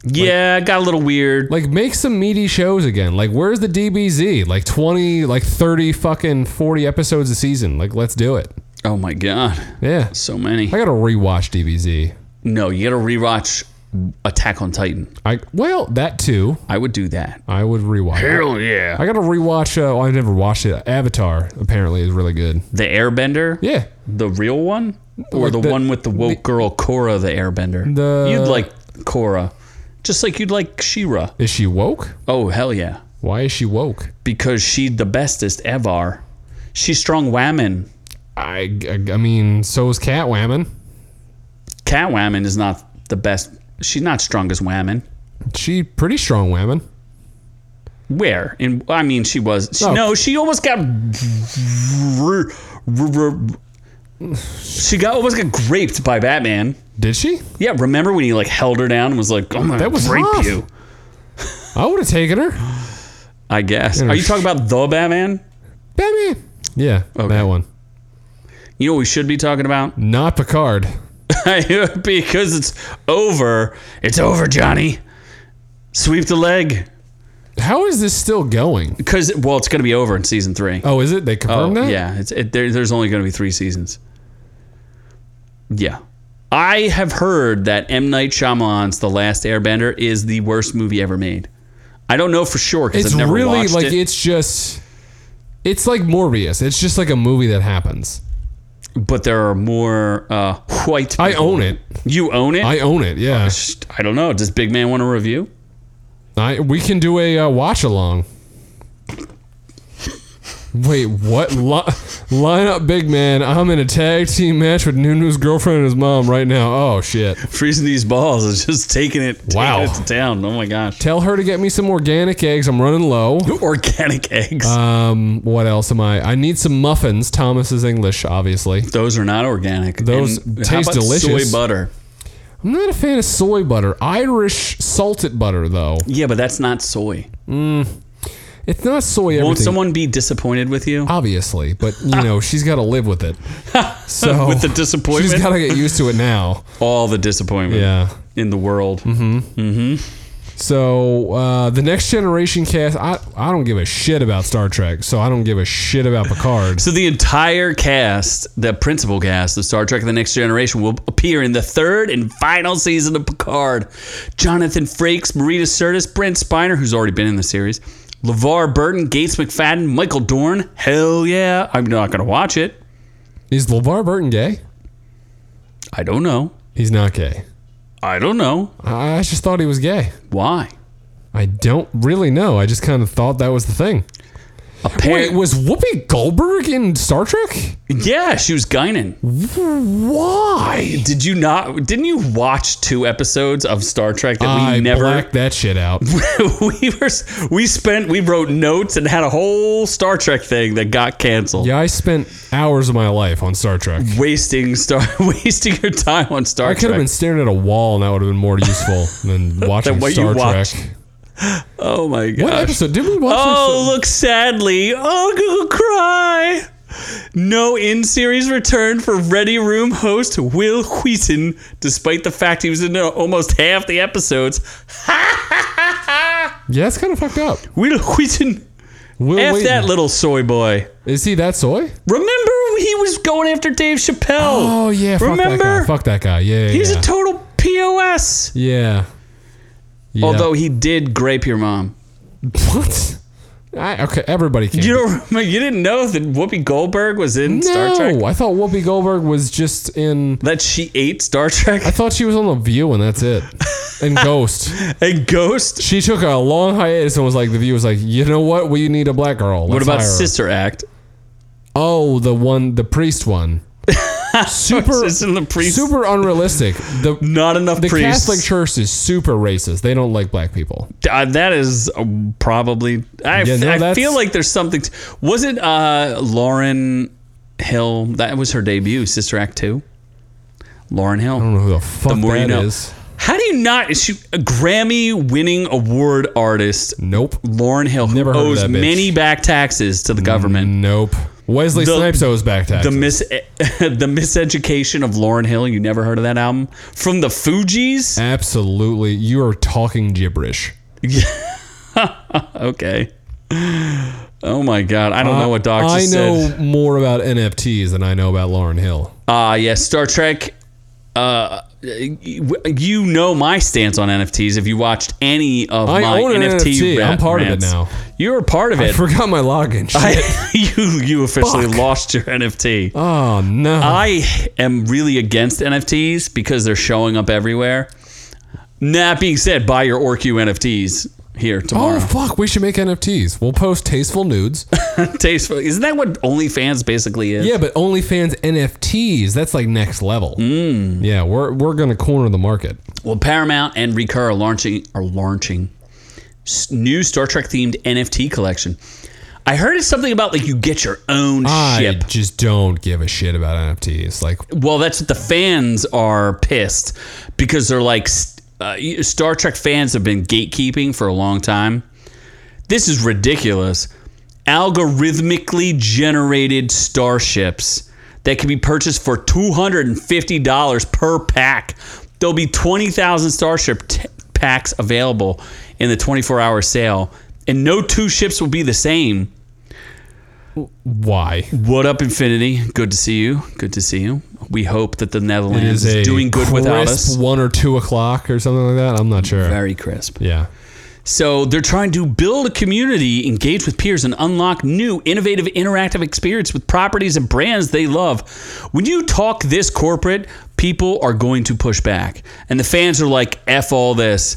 Speaker 1: Yeah, it got a little weird.
Speaker 2: Like, make some meaty shows again. Like, where's the DBZ? Like 20, like 30 fucking 40 episodes a season. Like, let's do it.
Speaker 1: oh my god,
Speaker 2: Yeah.
Speaker 1: so many.
Speaker 2: I got to rewatch DBZ.
Speaker 1: No, you got to rewatch Attack on Titan.
Speaker 2: I Well, that too.
Speaker 1: I would do that.
Speaker 2: I would rewatch.
Speaker 1: Hell yeah.
Speaker 2: I got to rewatch. Uh, well, I've never watched it. Avatar apparently is really good.
Speaker 1: The Airbender?
Speaker 2: Yeah.
Speaker 1: The real one? Or
Speaker 2: Like
Speaker 1: the,
Speaker 2: the-
Speaker 1: one with the woke girl, Korra the Airbender?
Speaker 2: The-
Speaker 1: You'd like Korra. Just like you'd like She-Ra.
Speaker 2: Is she woke?
Speaker 1: Oh, hell yeah.
Speaker 2: Why is she woke?
Speaker 1: because she the bestest ever. She's strong whammon.
Speaker 2: I, I, I mean, so is Cat Whammon.
Speaker 1: Cat whammon is not the best. She's not strong as whammon.
Speaker 2: She pretty strong whammon.
Speaker 1: Where? In I mean, she was. She,
Speaker 2: No.
Speaker 1: No, she almost got. She got almost got raped by Batman.
Speaker 2: Did she?
Speaker 1: Yeah, remember when he like held her down and was like, "I'm gonna
Speaker 2: That was
Speaker 1: rape
Speaker 2: rough.
Speaker 1: you."
Speaker 2: I would have taken her.
Speaker 1: I guess.
Speaker 2: Yeah,
Speaker 1: Are you
Speaker 2: sh-
Speaker 1: talking about the Batman?
Speaker 2: Batman. Yeah, that one.
Speaker 1: You know what we should be talking about
Speaker 2: Not Picard.
Speaker 1: because it's over. It's over, Johnny. Sweep the leg.
Speaker 2: How is this still going?
Speaker 1: Because well, it's going to be over in season three.
Speaker 2: Oh, is it? They confirmed that?
Speaker 1: yeah, it's it, there, there's only going to be three seasons. Yeah, I have heard that M Night Shyamalan's The Last Airbender is the worst movie ever made. I don't know for sure because
Speaker 2: It's
Speaker 1: I've never
Speaker 2: really
Speaker 1: watched
Speaker 2: like
Speaker 1: it,
Speaker 2: it's just it's like Morbius. It's just like a movie that happens.
Speaker 1: but there are more uh, white.
Speaker 2: I
Speaker 1: people.
Speaker 2: own it.
Speaker 1: You own it.
Speaker 2: I own it. Yeah.
Speaker 1: Just- I don't know. Does Big Man want a review?
Speaker 2: I we can do a uh, watch along. Wait, what? Li- line up, big man. I'm in a tag team match with Nunu's girlfriend and his mom right now. Oh shit!
Speaker 1: Freezing these balls is just taking it. Taking
Speaker 2: Wow.
Speaker 1: it to town. Oh my gosh.
Speaker 2: Tell her to get me some organic eggs. I'm running low.
Speaker 1: Organic eggs.
Speaker 2: Um, what else am I? I need some muffins. Thomas's English, obviously.
Speaker 1: those are not organic.
Speaker 2: those
Speaker 1: And how
Speaker 2: taste
Speaker 1: about
Speaker 2: delicious.
Speaker 1: Soy butter.
Speaker 2: I'm not a fan of soy butter. Irish salted butter, though.
Speaker 1: Yeah, but that's not soy.
Speaker 2: It's not soy everything.
Speaker 1: Won't someone be disappointed with you?
Speaker 2: obviously, but you know she's got to live with it. So
Speaker 1: With the disappointment?
Speaker 2: she's got to get used to it now.
Speaker 1: All the disappointment
Speaker 2: Yeah.
Speaker 1: in the world.
Speaker 2: So uh, the next generation cast, I I don't give a shit about Star Trek, so I don't give a shit about Picard.
Speaker 1: So the entire cast, the principal cast of Star Trek The Next Generation, will appear in the third and final season of Picard. Jonathan Frakes, Marita Sirtis, Brent Spiner, who's already been in the series, LeVar Burton, Gates McFadden, Michael Dorn. Hell yeah. I'm not going to watch it.
Speaker 2: Is LeVar Burton gay?
Speaker 1: I don't know.
Speaker 2: He's not gay.
Speaker 1: I don't know.
Speaker 2: I I just thought he was gay.
Speaker 1: Why?
Speaker 2: I don't really know. I just kind of thought that was the thing. Wait,
Speaker 1: Apparently,
Speaker 2: was Whoopi Goldberg in Star Trek?
Speaker 1: yeah, she was Guinan.
Speaker 2: Why?
Speaker 1: Did you not? Didn't you watch two episodes of Star Trek that we
Speaker 2: I
Speaker 1: never?
Speaker 2: blacked that shit out.
Speaker 1: we were we spent we wrote notes and had a whole Star Trek thing that got canceled.
Speaker 2: Yeah, I spent hours of my life on Star Trek.
Speaker 1: Wasting star, wasting your time on Star
Speaker 2: I could
Speaker 1: Trek.
Speaker 2: have been staring at a wall, and that would have been more useful than watching
Speaker 1: Than what you
Speaker 2: Star Trek.
Speaker 1: watched. oh my gosh!
Speaker 2: What episode did we watch?
Speaker 1: Oh,
Speaker 2: this?
Speaker 1: look sadly. Oh, Google Cry. No in series return for Ready Room host Will Wheaton, despite the fact he was in uh, almost half the episodes.
Speaker 2: Yeah, that's kind of fucked up.
Speaker 1: Will Wheaton,
Speaker 2: Will
Speaker 1: F
Speaker 2: Wheaton.
Speaker 1: that little soy boy.
Speaker 2: Is he that soy?
Speaker 1: Remember he was going after Dave Chappelle.
Speaker 2: Oh yeah, fuck that
Speaker 1: Remember?
Speaker 2: guy. Fuck that guy. Yeah, yeah.
Speaker 1: He's
Speaker 2: yeah.
Speaker 1: a total POS.
Speaker 2: yeah. Yeah.
Speaker 1: Although he did grape your mom.
Speaker 2: what? I, okay, everybody can.
Speaker 1: You don't remember, you didn't know that Whoopi Goldberg was
Speaker 2: no,
Speaker 1: in Star Trek?
Speaker 2: I thought Whoopi Goldberg was just in.
Speaker 1: That she ate Star Trek?
Speaker 2: I thought she was on The View, and that's it. And Ghost.
Speaker 1: A ghost?
Speaker 2: She took a long hiatus and was like, The View was like, you know what? We need a black girl.
Speaker 1: What
Speaker 2: Let's
Speaker 1: about
Speaker 2: hire her."
Speaker 1: Sister Act?
Speaker 2: Oh, the one, the priest one. Super,
Speaker 1: Isn't the priest
Speaker 2: super unrealistic. The
Speaker 1: not enough
Speaker 2: the
Speaker 1: priests?
Speaker 2: Catholic Church is super racist. They don't like black people.
Speaker 1: Uh, that is uh, probably. I,
Speaker 2: Yeah, no,
Speaker 1: I
Speaker 2: that's-
Speaker 1: feel like there's something. t- was it uh, Lauren Hill? That was her debut, Sister Act two. Lauren
Speaker 2: I
Speaker 1: Hill.
Speaker 2: don't know who the fuck
Speaker 1: more you
Speaker 2: that
Speaker 1: know.
Speaker 2: is.
Speaker 1: How do you not? Is she a Grammy winning award artist?
Speaker 2: Nope.
Speaker 1: Lauren Hill who
Speaker 2: Never heard of
Speaker 1: owes
Speaker 2: that bitch. Mm.
Speaker 1: many back taxes to the government.
Speaker 2: Nope. Wesley
Speaker 1: The-
Speaker 2: Snipes owes back
Speaker 1: The
Speaker 2: taxes.
Speaker 1: mis the miseducation of Lauren Hill. You never heard of that album from the Fugees?
Speaker 2: Absolutely. You are talking gibberish.
Speaker 1: Okay. Oh my God! I don't know what Doctor
Speaker 2: Uh, I
Speaker 1: said.
Speaker 2: know more about NFTs than I know about Lauren Hill.
Speaker 1: Ah, yes, Star Trek. Uh, you know my stance on NFTs. If you watched any of
Speaker 2: I
Speaker 1: my
Speaker 2: own an
Speaker 1: NFT,
Speaker 2: NFT. I'm
Speaker 1: rant-
Speaker 2: part of it
Speaker 1: rants.
Speaker 2: now.
Speaker 1: You're a part of
Speaker 2: I
Speaker 1: it.
Speaker 2: forgot my login. Shit.
Speaker 1: you you officially
Speaker 2: Fuck.
Speaker 1: lost your NFT.
Speaker 2: oh no.
Speaker 1: Ah. I am really against NFTs because they're showing up everywhere. That being said, buy your OrQ NFTs. here
Speaker 2: Oh
Speaker 1: tomorrow.
Speaker 2: fuck, we should make NFTs. We'll post tasteful nudes.
Speaker 1: Tasteful. Isn't that what OnlyFans basically is?
Speaker 2: Oh. yeah, but OnlyFans NFTs, that's like next level.
Speaker 1: Mm.
Speaker 2: Yeah, we're we're gonna corner the market.
Speaker 1: Well, Paramount and Recur are launching are launching s- new Star Trek themed NFT collection. I heard it's something about like you get your own
Speaker 2: I
Speaker 1: ship.
Speaker 2: just don't give a shit about NFTs. Like
Speaker 1: Well, that's what the fans are pissed because they're like s- uh, Star Trek fans have been gatekeeping for a long time. This is ridiculous. Algorithmically generated starships that can be purchased for $250 per pack. There'll be 20,000 starship t- packs available in the 24 hour sale, and no two ships will be the same.
Speaker 2: why?
Speaker 1: What up, Infinity? Good to see you. Good to see you. We hope that the
Speaker 2: It
Speaker 1: Netherlands is, doing good without
Speaker 2: crisp
Speaker 1: us.
Speaker 2: One or two o'clock or something like that. I'm not sure.
Speaker 1: Very crisp.
Speaker 2: yeah.
Speaker 1: So they're trying to build a community, engage with peers, and unlock new, innovative, interactive experience with properties and brands they love. When you talk this corporate, people are going to push back, and the fans are like, "F all this."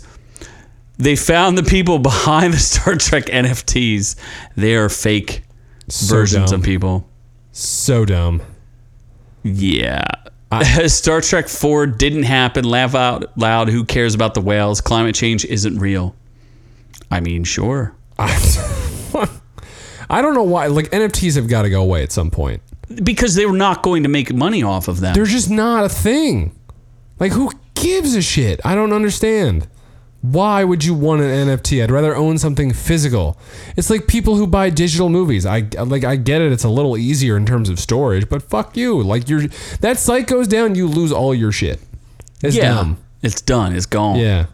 Speaker 1: They found the people behind the Star Trek NFTs. They are fake
Speaker 2: So
Speaker 1: versions
Speaker 2: dumb.
Speaker 1: of people.
Speaker 2: so dumb.
Speaker 1: Yeah. Star Trek 4 didn't happen. Laugh out loud. Who cares about the whales? Climate change isn't real. I mean, sure.
Speaker 2: I I don't know why. Like NFTs have got to go away at some point.
Speaker 1: Because they were not going to make money off of them.
Speaker 2: They're just not a thing. Like who gives a shit? I don't understand. Why would you want an NFT? I'd rather own something physical. It's like people who buy digital movies. I like I get it. It's a little easier in terms of storage, but fuck you. Like your that site goes down, you lose all your shit. It's
Speaker 1: yeah.
Speaker 2: dumb.
Speaker 1: It's done. It's gone.
Speaker 2: Yeah.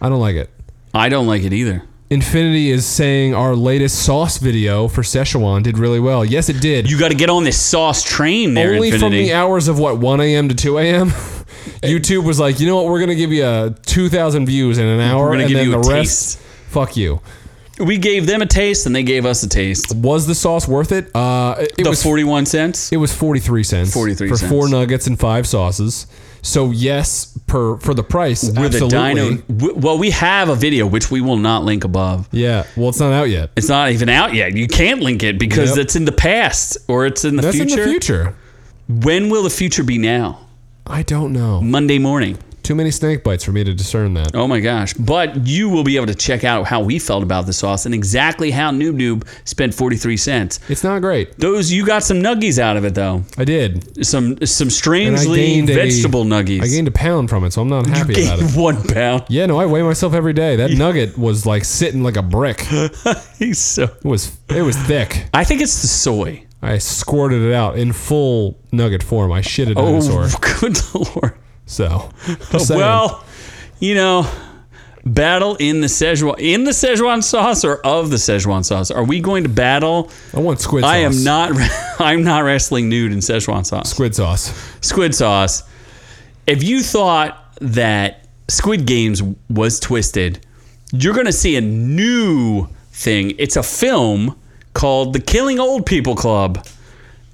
Speaker 2: I don't like it.
Speaker 1: I don't like it either.
Speaker 2: Infinity is saying our latest sauce video for Szechuan did really well. Yes, it did.
Speaker 1: You got to get on this sauce train there,
Speaker 2: Only from
Speaker 1: Infinity.
Speaker 2: the hours of what 1 a.m. to 2 a.m. YouTube was like, you know what? We're gonna give you uh, 2,000 views in an hour,
Speaker 1: gonna
Speaker 2: and
Speaker 1: give
Speaker 2: then
Speaker 1: you a
Speaker 2: the
Speaker 1: taste.
Speaker 2: rest. Fuck you.
Speaker 1: we gave them a taste and they gave us a taste.
Speaker 2: Was the sauce worth it? Uh, it, it
Speaker 1: The
Speaker 2: was.
Speaker 1: 41 cents?
Speaker 2: it was 43 cents
Speaker 1: 43
Speaker 2: for
Speaker 1: cents.
Speaker 2: four nuggets and five sauces. So yes, per for the price,
Speaker 1: With a
Speaker 2: absolutely.
Speaker 1: dino. w- Well, we have a video, which we will not link above.
Speaker 2: Yeah. Well, it's not out yet.
Speaker 1: It's not even out yet. You can't link it because
Speaker 2: Yep.
Speaker 1: it's in the past or it's in the
Speaker 2: That's
Speaker 1: future.
Speaker 2: in the future.
Speaker 1: When will the future be now?
Speaker 2: I don't know.
Speaker 1: Monday morning.
Speaker 2: Too many snake bites for me to discern that.
Speaker 1: Oh my gosh. But you will be able to check out how we felt about the sauce and exactly how Noob Noob spent 43 cents.
Speaker 2: It's not great.
Speaker 1: Those you got some nuggies out of it though.
Speaker 2: I did.
Speaker 1: Some some
Speaker 2: And I
Speaker 1: strangely
Speaker 2: gained a-
Speaker 1: vegetable nuggies.
Speaker 2: I gained a pound from it, so I'm not happy about
Speaker 1: Gained
Speaker 2: it.
Speaker 1: one pound.
Speaker 2: Yeah, no, I weigh myself every day. That nugget was like sitting like a brick. It
Speaker 1: He's so
Speaker 2: was it was thick.
Speaker 1: I think it's the soy.
Speaker 2: I squirted it out in full nugget form. I shit a dinosaur.
Speaker 1: Oh good lord.
Speaker 2: So just saying.
Speaker 1: Well, you know, battle in the Szechuan in the Szechuan sauce or of the Szechuan sauce. Are we going to battle?
Speaker 2: I want squid sauce.
Speaker 1: I am not. I'm not wrestling nude in Szechuan sauce.
Speaker 2: squid sauce.
Speaker 1: Squid sauce. If you thought that Squid Games was twisted, you're going to see a new thing. It's a film called The Killing Old People Club,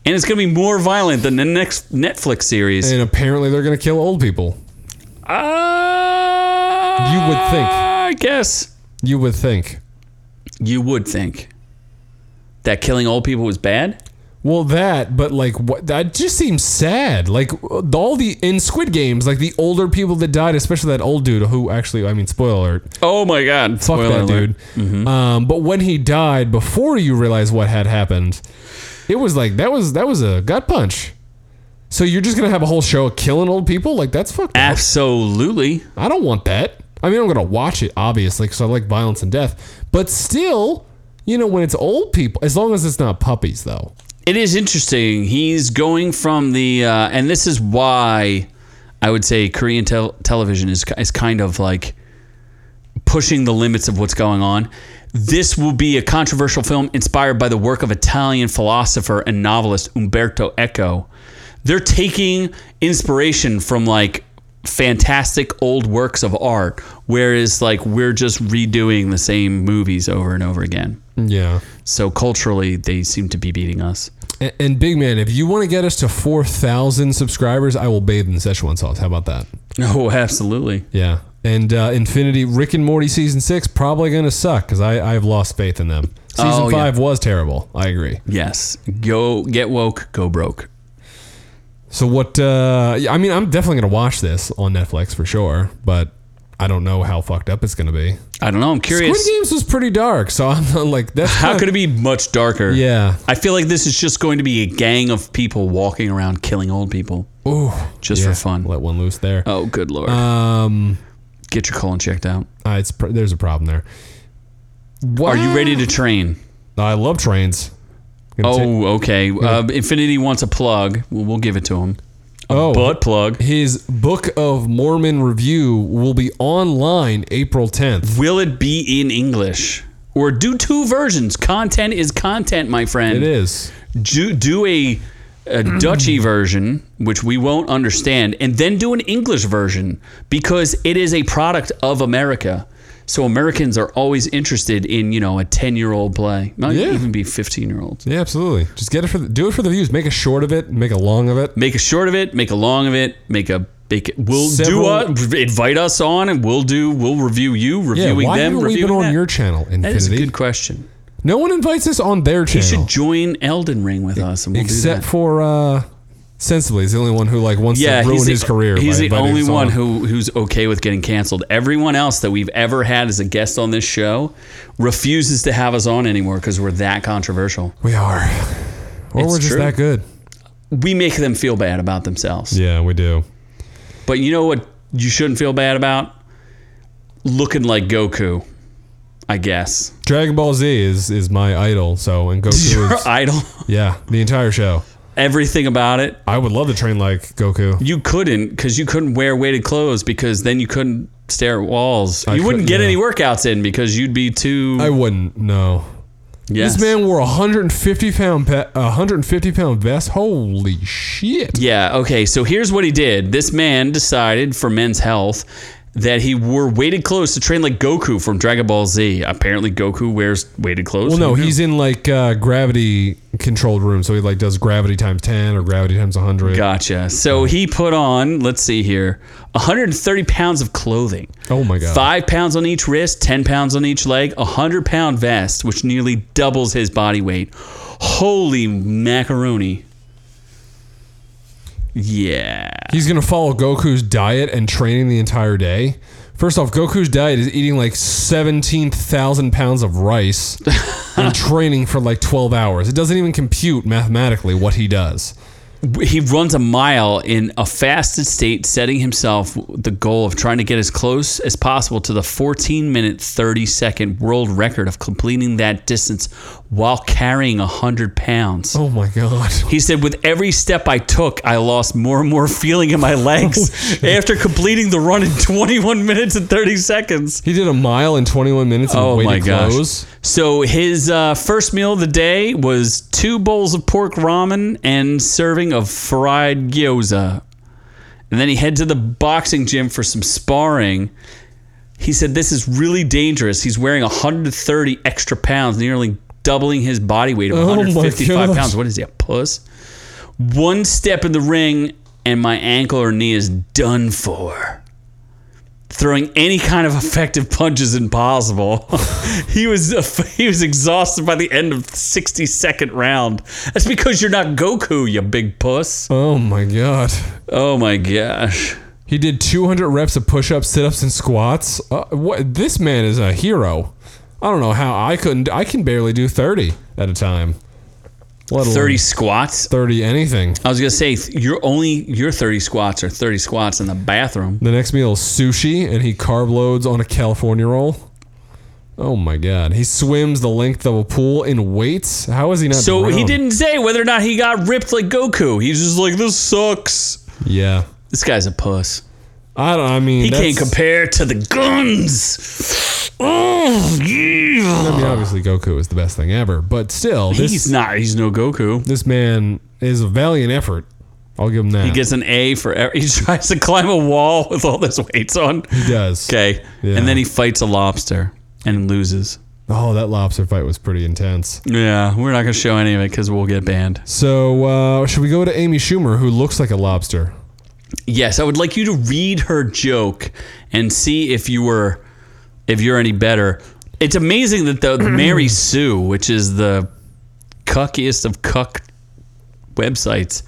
Speaker 1: and it's going to be more violent than the next Netflix series.
Speaker 2: And apparently they're gonna kill old people.
Speaker 1: Ah,
Speaker 2: You would think.
Speaker 1: I guess
Speaker 2: You would think.
Speaker 1: you would think that killing old people was bad.
Speaker 2: Well, that, but like, what? That just seems sad. Like all the in Squid Games, like the older people that died, especially that old dude who actually, I mean, spoiler alert,
Speaker 1: Oh my god!
Speaker 2: fuck
Speaker 1: Spoiler
Speaker 2: that
Speaker 1: alert. Mm-hmm.
Speaker 2: dude. Um, but when he died, before you realize what had happened, it was like that was that was a gut punch. So you're just gonna have a whole show of killing old people? Like that's fucked up.
Speaker 1: Absolutely.
Speaker 2: I don't want that. I mean, I'm gonna watch it obviously because I like violence and death. But still, you know, when it's old people, as long as it's not puppies, though.
Speaker 1: It is interesting. He's going from the, uh, and this is why I would say Korean tel- television is is kind of like pushing the limits of what's going on. This will be a controversial film inspired by the work of Italian philosopher and novelist Umberto Eco. They're taking inspiration from like fantastic old works of art, whereas like we're just redoing the same movies over and over again.
Speaker 2: Yeah.
Speaker 1: So culturally, they seem to be beating us.
Speaker 2: And, and big man, if you want to get us to four thousand subscribers, I will bathe in Szechuan sauce. How about that?
Speaker 1: Oh, absolutely.
Speaker 2: Yeah. And uh, Infinity Rick and Morty season six probably gonna suck because I I've lost faith in them. Season
Speaker 1: Oh, yeah.
Speaker 2: five was terrible. I agree.
Speaker 1: Yes. Go get woke, go broke.
Speaker 2: So what? Uh, yeah, I mean, I'm definitely gonna watch this on Netflix for sure, but I don't know how fucked up it's gonna be.
Speaker 1: I don't know. I'm
Speaker 2: Squid
Speaker 1: curious.
Speaker 2: Games was pretty dark, so I'm not like that's
Speaker 1: How
Speaker 2: kinda-
Speaker 1: could it be much darker?
Speaker 2: Yeah.
Speaker 1: I feel like this is just going to be a gang of people walking around killing old people
Speaker 2: Ooh,
Speaker 1: just
Speaker 2: yeah,
Speaker 1: for fun.
Speaker 2: Let one loose there.
Speaker 1: Oh, good lord.
Speaker 2: Um,
Speaker 1: Get your colon checked out.
Speaker 2: uh, it's pr- there's a problem there.
Speaker 1: Are you ready to train?
Speaker 2: I love trains. Gonna take-
Speaker 1: Oh, okay. Uh, Infinity wants a plug. We'll, we'll give it to him. A
Speaker 2: Oh.
Speaker 1: butt plug.
Speaker 2: his Book of Mormon review will be online April 10th.
Speaker 1: Will it be in English? Or do two versions. Content is content, my friend.
Speaker 2: It is.
Speaker 1: do do a, a
Speaker 2: Mm-hmm.
Speaker 1: Dutchy version, which we won't understand, and then do an English version because it is a product of America. So Americans are always interested in you know a ten year old play, might
Speaker 2: Yeah.
Speaker 1: even be fifteen year olds.
Speaker 2: Yeah, absolutely. Just get it for the, do it for the views. Make a short of it. Make a long of it.
Speaker 1: Make a short of it, make a long of it, make a make it. We'll
Speaker 2: Several-
Speaker 1: do a, invite us on, and we'll do we'll review you
Speaker 2: Yeah,
Speaker 1: reviewing
Speaker 2: why
Speaker 1: them.
Speaker 2: haven't we
Speaker 1: reviewing
Speaker 2: been on
Speaker 1: that.
Speaker 2: your channel,
Speaker 1: that is a
Speaker 2: Infinity?
Speaker 1: good question.
Speaker 2: No one invites us on their
Speaker 1: You should
Speaker 2: channel
Speaker 1: join Elden Ring with us, and we'll
Speaker 2: E, except
Speaker 1: do that.
Speaker 2: for uh, Sensibly. He's the only one who like wants
Speaker 1: yeah,
Speaker 2: to ruin
Speaker 1: he's the,
Speaker 2: his career.
Speaker 1: He's
Speaker 2: by
Speaker 1: the
Speaker 2: inviting
Speaker 1: only
Speaker 2: us
Speaker 1: one
Speaker 2: on.
Speaker 1: who who's okay with getting canceled. Everyone else that we've ever had as a guest on this show refuses to have us on anymore because we're that controversial.
Speaker 2: we are, or
Speaker 1: It's
Speaker 2: we're just
Speaker 1: true.
Speaker 2: that good.
Speaker 1: We make them feel bad about themselves.
Speaker 2: Yeah, we do.
Speaker 1: But you know what? You shouldn't feel bad about looking like Goku. I guess
Speaker 2: Dragon Ball Z is is my idol. So and Goku.
Speaker 1: your
Speaker 2: is,
Speaker 1: idol.
Speaker 2: yeah, the entire show.
Speaker 1: Everything about it.
Speaker 2: I would love to train like Goku.
Speaker 1: You couldn't because you couldn't wear weighted clothes because then you couldn't stare at walls.
Speaker 2: I
Speaker 1: you wouldn't
Speaker 2: couldn't,
Speaker 1: get
Speaker 2: yeah.
Speaker 1: any workouts in because you'd be too.
Speaker 2: I wouldn't. No.
Speaker 1: yes.
Speaker 2: This man wore a 150 pound pe- a 150 pound vest. Holy shit!
Speaker 1: Yeah, okay. So here's what he did. This man decided for men's health that he wore weighted clothes to train like Goku from Dragon Ball Z. Apparently Goku wears weighted clothes.
Speaker 2: Well, no,
Speaker 1: Who knew?
Speaker 2: he's in like uh, gravity controlled room, so he like does gravity times 10 or gravity times 100.
Speaker 1: Gotcha. So he put on, let's see here, 130 pounds of clothing.
Speaker 2: Oh my god!
Speaker 1: Five pounds on each wrist, 10 pounds on each leg, a 100 pound vest, which nearly doubles his body weight. Holy macaroni. Yeah.
Speaker 2: He's gonna follow Goku's diet and training the entire day. First off, Goku's diet is eating like 17,000 pounds of rice and training for like 12 hours. It doesn't even compute mathematically what he does.
Speaker 1: he runs a mile in a fasted state, setting himself the goal of trying to get as close as possible to the 14 minute 30 second world record of completing that distance while carrying 100 pounds.
Speaker 2: Oh my god!
Speaker 1: He said, with every step I took, I lost more and more feeling in my legs after completing the run in 21 minutes and 30 seconds.
Speaker 2: He did a mile in 21 minutes in
Speaker 1: Oh
Speaker 2: weighted
Speaker 1: my gosh.
Speaker 2: clothes.
Speaker 1: So his uh, first meal of the day was two bowls of pork ramen and serving of fried gyoza. And then he head to the boxing gym for some sparring. He said this is really dangerous. He's wearing 130 extra pounds, nearly doubling his body weight of
Speaker 2: Oh my
Speaker 1: 155
Speaker 2: gosh.
Speaker 1: pounds. What is he, a puss? One step in the ring and my ankle or knee is done for throwing any kind of effective punches impossible. he was he was exhausted by the end of the 60 second round. That's because you're not Goku, you big puss.
Speaker 2: Oh my god.
Speaker 1: Oh my gosh.
Speaker 2: He did 200 reps of push-ups, sit-ups, and squats. Uh, what? This man is a hero. I don't know how I couldn't. I can barely do 30 at a time. Let alone
Speaker 1: 30 squats.
Speaker 2: 30 anything.
Speaker 1: I was going to say th- your only your 30 squats are 30 squats in the bathroom.
Speaker 2: The next meal is sushi, and he carb loads on a California roll. Oh my god. He swims the length of a pool in weights. How is he not?
Speaker 1: So he
Speaker 2: drowned?
Speaker 1: didn't say whether or not he got ripped like Goku. He's just like this sucks.
Speaker 2: Yeah.
Speaker 1: This guy's a puss.
Speaker 2: I don't. I mean,
Speaker 1: He
Speaker 2: that's-
Speaker 1: can't compare to the guns. Oh,
Speaker 2: I
Speaker 1: yeah.
Speaker 2: mean, obviously, Goku is the best thing ever, but still, this
Speaker 1: He's not. He's no Goku.
Speaker 2: this man is a valiant effort. I'll give him that.
Speaker 1: He gets an A for every. He tries to climb a wall with all this weights on.
Speaker 2: He does.
Speaker 1: Okay.
Speaker 2: Yeah.
Speaker 1: And then he fights a lobster and loses.
Speaker 2: Oh, that lobster fight was pretty intense.
Speaker 1: Yeah. We're not going to show any of it because we'll get banned.
Speaker 2: So, uh, should we go to Amy Schumer, who looks like a lobster?
Speaker 1: Yes, I would like you to read her joke and see if you were if you're any better. It's amazing that the Mary Sue, which is the cuckiest of cuck websites,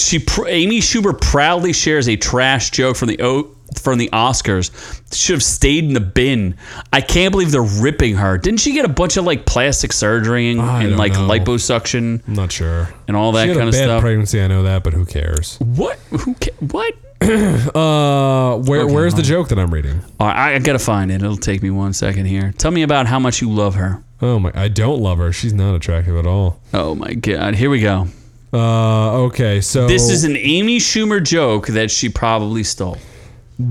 Speaker 1: she pr- Amy Schumer proudly shares a trash joke from the o- from the Oscars. Should have stayed in the bin. I can't believe they're ripping her. Didn't she get a bunch of like plastic surgery and,
Speaker 2: I
Speaker 1: and
Speaker 2: don't
Speaker 1: like
Speaker 2: know.
Speaker 1: liposuction
Speaker 2: I'm not sure.
Speaker 1: and all
Speaker 2: she
Speaker 1: that
Speaker 2: had
Speaker 1: kind
Speaker 2: a
Speaker 1: of
Speaker 2: bad
Speaker 1: stuff?
Speaker 2: pregnancy, I know that, but who cares?
Speaker 1: what? Who? Ca- what?
Speaker 2: Uh, where where's the joke that I'm reading?
Speaker 1: All right, I, I gotta find it. It'll take me one second here. Tell me about how much you love her.
Speaker 2: Oh my! I don't love her. She's not attractive at all.
Speaker 1: Oh my god, here we go.
Speaker 2: Uh, okay, so
Speaker 1: This is an Amy Schumer joke that she probably stole.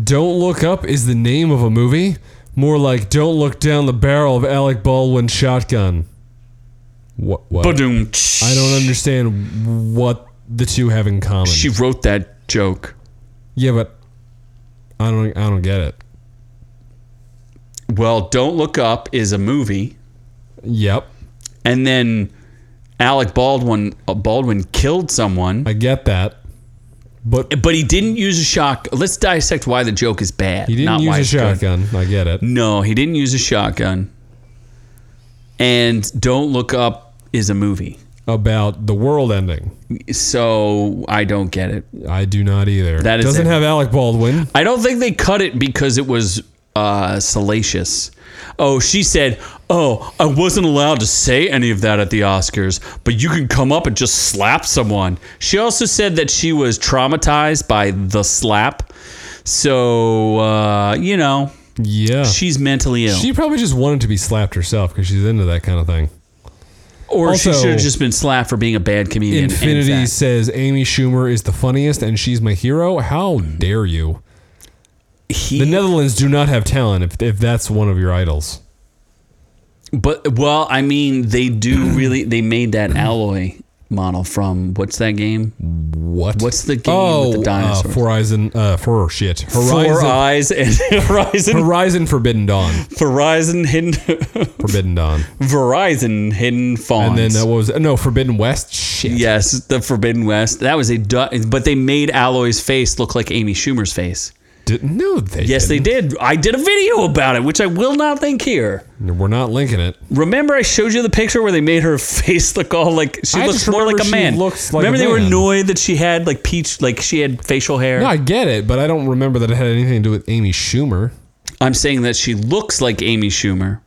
Speaker 2: "Don't Look Up" is the name of a movie. More like "Don't Look Down the Barrel of Alec Baldwin's Shotgun." What? what?
Speaker 1: Ba-doom.
Speaker 2: I don't understand what the two have in common.
Speaker 1: She wrote that joke.
Speaker 2: yeah, but I don't. I don't get it.
Speaker 1: Well, Don't Look Up is a movie,
Speaker 2: Yep,
Speaker 1: and then Alec Baldwin uh, Baldwin killed someone,
Speaker 2: I get that, but
Speaker 1: but he didn't use a shock. Let's dissect why the joke is bad.
Speaker 2: he didn't
Speaker 1: not
Speaker 2: use
Speaker 1: why
Speaker 2: a
Speaker 1: it's good.
Speaker 2: shotgun. I get it.
Speaker 1: No, he didn't use a shotgun. And Don't Look Up is a movie.
Speaker 2: About the world ending.
Speaker 1: So I don't get it.
Speaker 2: I do not either.
Speaker 1: That is
Speaker 2: doesn't
Speaker 1: it.
Speaker 2: have Alec Baldwin.
Speaker 1: I don't think they cut it because it was uh, salacious. Oh, she said, Oh, I wasn't allowed to say any of that at the Oscars, but you can come up and just slap someone. She also said that she was traumatized by the slap. So, uh, you know,
Speaker 2: Yeah.
Speaker 1: she's mentally ill.
Speaker 2: She probably just wanted to be slapped herself because she's into that kind of thing.
Speaker 1: or she
Speaker 2: also-
Speaker 1: should have just been slapped for being a bad comedian. in
Speaker 2: Infinity
Speaker 1: fact.
Speaker 2: says Amy Schumer is the funniest and she's my hero. How dare you?
Speaker 1: He-
Speaker 2: The Netherlands do not have talent if, if that's one of your idols.
Speaker 1: But well, I mean, they do really. They made that alloy model from what's that game?
Speaker 2: What?
Speaker 1: What's the game
Speaker 2: oh,
Speaker 1: with the
Speaker 2: Uh,
Speaker 1: dinosaurs? uh,
Speaker 2: Horizon. Uh, for shit.
Speaker 1: Four
Speaker 2: Horizon.
Speaker 1: eyes and Horizon,
Speaker 2: Horizon Forbidden Dawn.
Speaker 1: Verizon hidden,
Speaker 2: Forbidden Dawn.
Speaker 1: Verizon hidden
Speaker 2: And
Speaker 1: fawns.
Speaker 2: then uh, that was no Forbidden West. Shit.
Speaker 1: yes, the Forbidden West. That was a, du- but they made Alloy's face look like Amy Schumer's face.
Speaker 2: Did, no, they.
Speaker 1: Yes,
Speaker 2: didn't.
Speaker 1: they did. I did a video about it, which I will not link here.
Speaker 2: We're not linking it.
Speaker 1: Remember, I showed you the picture where they made her face look all like she
Speaker 2: I
Speaker 1: looks
Speaker 2: just
Speaker 1: more
Speaker 2: remember
Speaker 1: like a
Speaker 2: she
Speaker 1: man.
Speaker 2: looks like a
Speaker 1: remember, they were
Speaker 2: man.
Speaker 1: annoyed that she had like peach, like she had facial hair.
Speaker 2: No, I get it, but I don't remember that it had anything to do with Amy Schumer.
Speaker 1: I'm saying that she looks like Amy Schumer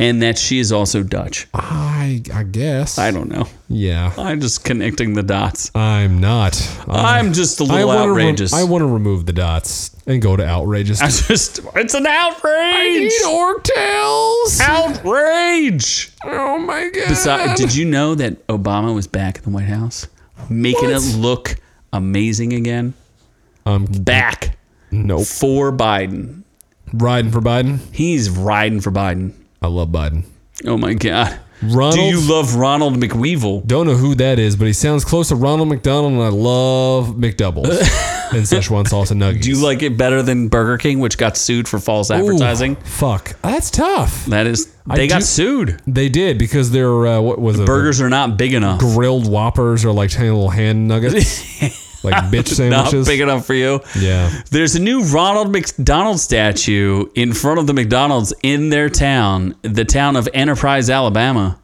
Speaker 1: and that she is also Dutch.
Speaker 2: I I guess.
Speaker 1: I don't know.
Speaker 2: Yeah.
Speaker 1: I'm just connecting the dots.
Speaker 2: I'm not.
Speaker 1: I'm just Uh, a little
Speaker 2: wanna re-
Speaker 1: outrageous.
Speaker 2: I want to remove the dots and go to outrageous.
Speaker 1: I'm just, it's an outrage!
Speaker 2: orc tails.
Speaker 1: outrage!
Speaker 2: Oh my god.
Speaker 1: Besi- did you know that Obama was back in the White House? Making
Speaker 2: What?
Speaker 1: it look amazing again?
Speaker 2: Um,
Speaker 1: Back
Speaker 2: nope.
Speaker 1: for Biden.
Speaker 2: Riding for Biden.
Speaker 1: He's riding for Biden.
Speaker 2: I love Biden.
Speaker 1: Oh my God.
Speaker 2: Ronald.
Speaker 1: Do you love Ronald McWeevil?
Speaker 2: don't know who that is, but he sounds close to Ronald McDonald, and I love McDoubles and Szechuan salsa nuggies.
Speaker 1: Do you like it better than Burger King, which got sued for false
Speaker 2: Ooh,
Speaker 1: advertising?
Speaker 2: Fuck, that's tough.
Speaker 1: That is,
Speaker 2: I
Speaker 1: they got
Speaker 2: do-
Speaker 1: sued.
Speaker 2: They did because their uh, what was it?
Speaker 1: Burgers are not big enough.
Speaker 2: grilled whoppers or like tiny little hand nuggets, like bitch
Speaker 1: Not
Speaker 2: sandwiches.
Speaker 1: big enough for you.
Speaker 2: yeah,
Speaker 1: There's a new Ronald McDonald statue in front of the McDonald's in their town, the town of Enterprise, Alabama.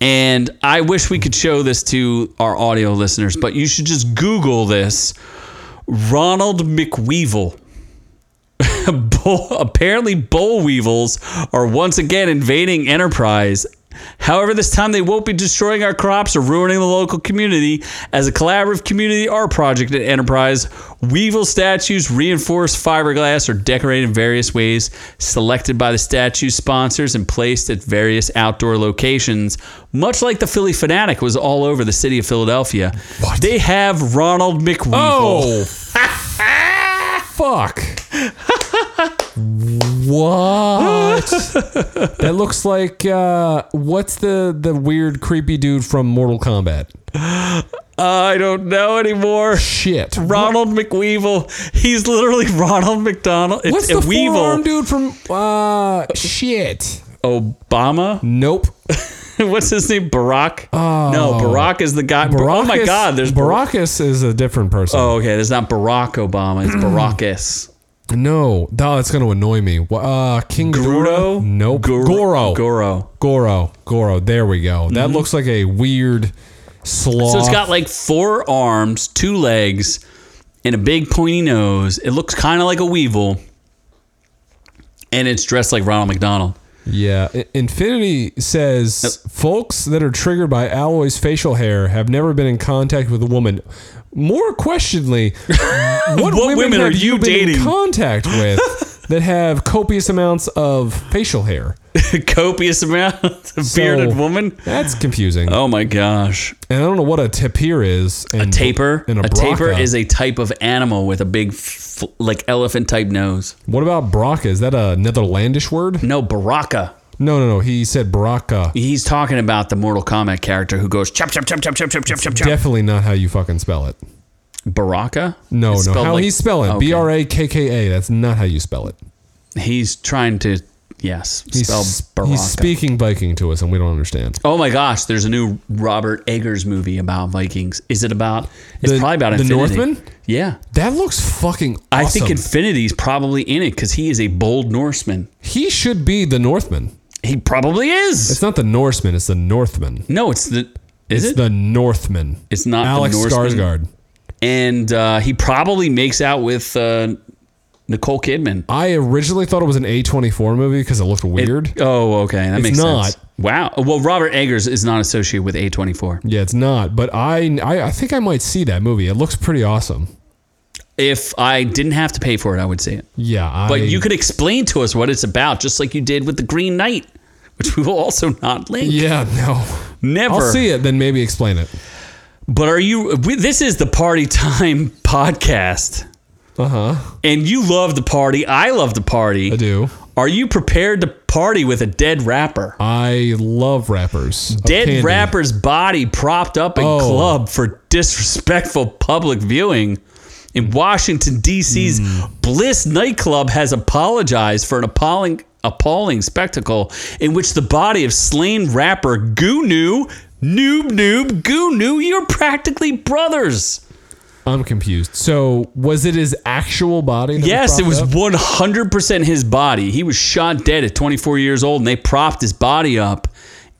Speaker 1: and I wish we could show this to our audio listeners, but you should just Google this Ronald McWeevil. Bull, apparently, boll weevils are once again invading Enterprise. However, this time they won't be destroying our crops or ruining the local community. As a collaborative community art project at Enterprise, weevil statues, reinforced fiberglass, are decorated in various ways, selected by the statue sponsors and placed at various outdoor locations. Much like the Philly Fanatic was all over the city of Philadelphia,
Speaker 2: What?
Speaker 1: they have Ronald McWeevil.
Speaker 2: Oh, fuck. what? that looks like uh, what's the the weird creepy dude from Mortal Kombat?
Speaker 1: I don't know anymore.
Speaker 2: Shit.
Speaker 1: Ronald McWeevil. He's literally Ronald McDonald. It's
Speaker 2: What's
Speaker 1: a
Speaker 2: the
Speaker 1: Weevil.
Speaker 2: forearm dude from? Uh, shit.
Speaker 1: Obama.
Speaker 2: Uh, Nope.
Speaker 1: What's his name? Barack?
Speaker 2: Oh.
Speaker 1: no, Barack is the guy. oh my
Speaker 2: Baracus-
Speaker 1: God, there's Barack.
Speaker 2: Baracus is a different person.
Speaker 1: Oh, okay. There's not Barack Obama. It's Barackus.
Speaker 2: No, oh, that's going to annoy me. Wha- Uh, King
Speaker 1: Grudo?
Speaker 2: Ghidorah? Nope.
Speaker 1: Gur-
Speaker 2: Goro.
Speaker 1: Goro.
Speaker 2: Goro. Goro. There we go. That looks like a weird sloth.
Speaker 1: Mm-hmm. So it's got like four arms, two legs, and a big pointy nose. It looks kind of like a weevil. And it's dressed like Ronald McDonald.
Speaker 2: Yeah, I- Infinity says folks that are triggered by Alloy's facial hair have never been in contact with a woman. More questionably, what,
Speaker 1: What women are
Speaker 2: have
Speaker 1: you
Speaker 2: been in
Speaker 1: dating?
Speaker 2: contact with that have copious amounts of facial hair?
Speaker 1: Copious amount of
Speaker 2: So,
Speaker 1: bearded woman.
Speaker 2: That's confusing.
Speaker 1: Oh my gosh.
Speaker 2: And I don't know what a tapir is. And,
Speaker 1: A taper.
Speaker 2: And a,
Speaker 1: a taper
Speaker 2: Braca.
Speaker 1: is a type of animal with a big, f- like elephant type nose.
Speaker 2: What about Braca? Is that a Netherlandish word?
Speaker 1: No, Baraka.
Speaker 2: No, no, no. He said Braca.
Speaker 1: He's talking about the Mortal Kombat character who goes chop chop chop chop chop chop chop chop chop.
Speaker 2: Definitely not how you fucking spell it.
Speaker 1: Baraka?
Speaker 2: No,
Speaker 1: It's
Speaker 2: no.
Speaker 1: spelled
Speaker 2: How
Speaker 1: like-
Speaker 2: he spell it?
Speaker 1: Okay.
Speaker 2: B R A K K A. That's not how you spell it.
Speaker 1: He's trying to yes spell
Speaker 2: he's,
Speaker 1: Baraka.
Speaker 2: he's speaking Viking to us, and we don't understand.
Speaker 1: oh my gosh! There's a new Robert Eggers movie about Vikings. Is it about? It's
Speaker 2: The-
Speaker 1: probably about
Speaker 2: the
Speaker 1: Infinity.
Speaker 2: Northmen?
Speaker 1: Yeah,
Speaker 2: That looks fucking. Awesome.
Speaker 1: I think Infinity's probably in it because he is a bold Norseman.
Speaker 2: he should be the Northman.
Speaker 1: He probably is.
Speaker 2: It's not the Norseman. It's the Northman.
Speaker 1: no, it's the. Is
Speaker 2: it's
Speaker 1: it?
Speaker 2: the Northman.
Speaker 1: It's not the
Speaker 2: Alex
Speaker 1: Norseman.
Speaker 2: Skarsgård.
Speaker 1: and uh, he probably makes out with uh, Nicole Kidman.
Speaker 2: I originally thought it was an A24 movie because it looked weird.
Speaker 1: Oh, okay, that makes
Speaker 2: not.
Speaker 1: sense. Wow. Well, Robert Eggers is not associated with A24.
Speaker 2: yeah, it's not. But I, I, I think I might see that movie. It looks pretty awesome.
Speaker 1: If I didn't have to pay for it, I would see it.
Speaker 2: Yeah, I,
Speaker 1: But you could explain to us what it's about, just like you did with the Green Knight, which we will also not link.
Speaker 2: Yeah, no.
Speaker 1: Never.
Speaker 2: I'll see it, then maybe explain it.
Speaker 1: But are you? We, this is the Party Time podcast,
Speaker 2: Uh huh.
Speaker 1: and you love the party. I love the party.
Speaker 2: I do.
Speaker 1: Are you prepared to party with a dead rapper?
Speaker 2: I love rappers. of
Speaker 1: dead
Speaker 2: candy.
Speaker 1: rapper's body propped up in
Speaker 2: Oh.
Speaker 1: club for disrespectful public viewing in Washington D.C.'s
Speaker 2: Hmm.
Speaker 1: Bliss nightclub has apologized for an appalling appalling spectacle in which the body of slain rapper Goonu Noob Noob Goonu you're practically brothers.
Speaker 2: I'm confused. So was it his actual body? that
Speaker 1: Yes, it
Speaker 2: propped
Speaker 1: was
Speaker 2: up?
Speaker 1: 100% his body. He was shot dead at 24 years old, and they propped his body up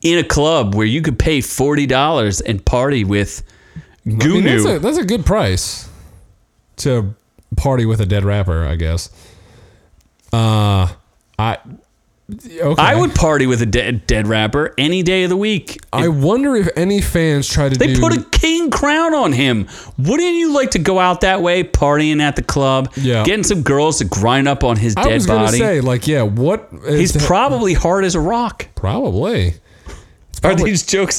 Speaker 1: in a club where you could pay $40 and party with
Speaker 2: I mean, that's,
Speaker 1: Gunu.
Speaker 2: a, that's a good price to party with a dead rapper, I guess. Uh, I okay. Uh,
Speaker 1: I would party with a dead, dead rapper any day of the week.
Speaker 2: I wonder if any fans try to
Speaker 1: They
Speaker 2: do.
Speaker 1: put a king crown on him. Wouldn't you like to go out that way, partying at the club,
Speaker 2: Yeah.
Speaker 1: getting some girls to grind up on his
Speaker 2: I
Speaker 1: dead
Speaker 2: was
Speaker 1: body?
Speaker 2: gonna say like yeah, what is
Speaker 1: He's
Speaker 2: that-
Speaker 1: probably hard as a rock.
Speaker 2: probably
Speaker 1: Are these jokes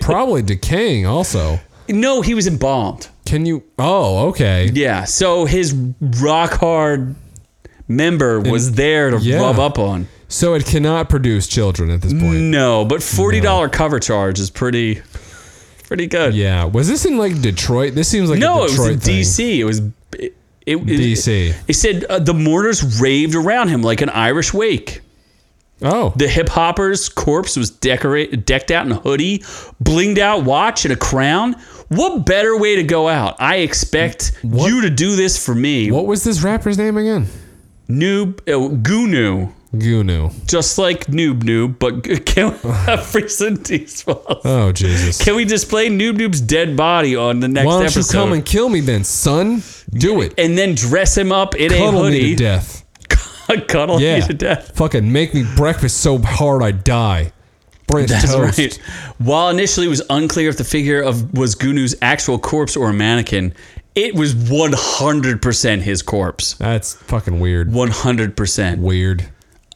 Speaker 2: probably decaying also.
Speaker 1: no, he was embalmed.
Speaker 2: Can you? Oh, okay.
Speaker 1: Yeah. So his rock hard member was there to
Speaker 2: yeah.
Speaker 1: rub up on.
Speaker 2: So it cannot produce children at this point.
Speaker 1: No, but forty dollar cover charge is pretty, pretty good.
Speaker 2: Yeah. Was this in like Detroit? This seems like
Speaker 1: No,
Speaker 2: a
Speaker 1: it was
Speaker 2: Detroit
Speaker 1: in
Speaker 2: thing.
Speaker 1: D.C. It was. It, it,
Speaker 2: DC.
Speaker 1: It, said uh, the mourners raved around him like an Irish wake.
Speaker 2: Oh,
Speaker 1: The hip hopper's corpse was decorate, decked out in a hoodie, blinged out watch, and a crown. What better way to go out? I expect you to do this for me.
Speaker 2: what was this rapper's name again?
Speaker 1: Noob, uh, Gunu.
Speaker 2: Gunu.
Speaker 1: just like Noob Noob, but can we have Freezing Teaspoons?
Speaker 2: Oh Jesus.
Speaker 1: Can we display Noob Noob's dead body on the next
Speaker 2: Why don't
Speaker 1: episode?
Speaker 2: you come and kill me then, son? Do it.
Speaker 1: and then dress him up in a
Speaker 2: Cuddle
Speaker 1: hoodie.
Speaker 2: me to death.
Speaker 1: Cuddle
Speaker 2: Yeah.
Speaker 1: you to death.
Speaker 2: Fucking make me breakfast so hard I die. Branch
Speaker 1: That's
Speaker 2: toast.
Speaker 1: right. While initially it was unclear if the figure of was Gunu's actual corpse or a mannequin, it was 100% his corpse.
Speaker 2: That's fucking weird.
Speaker 1: 100%.
Speaker 2: Weird.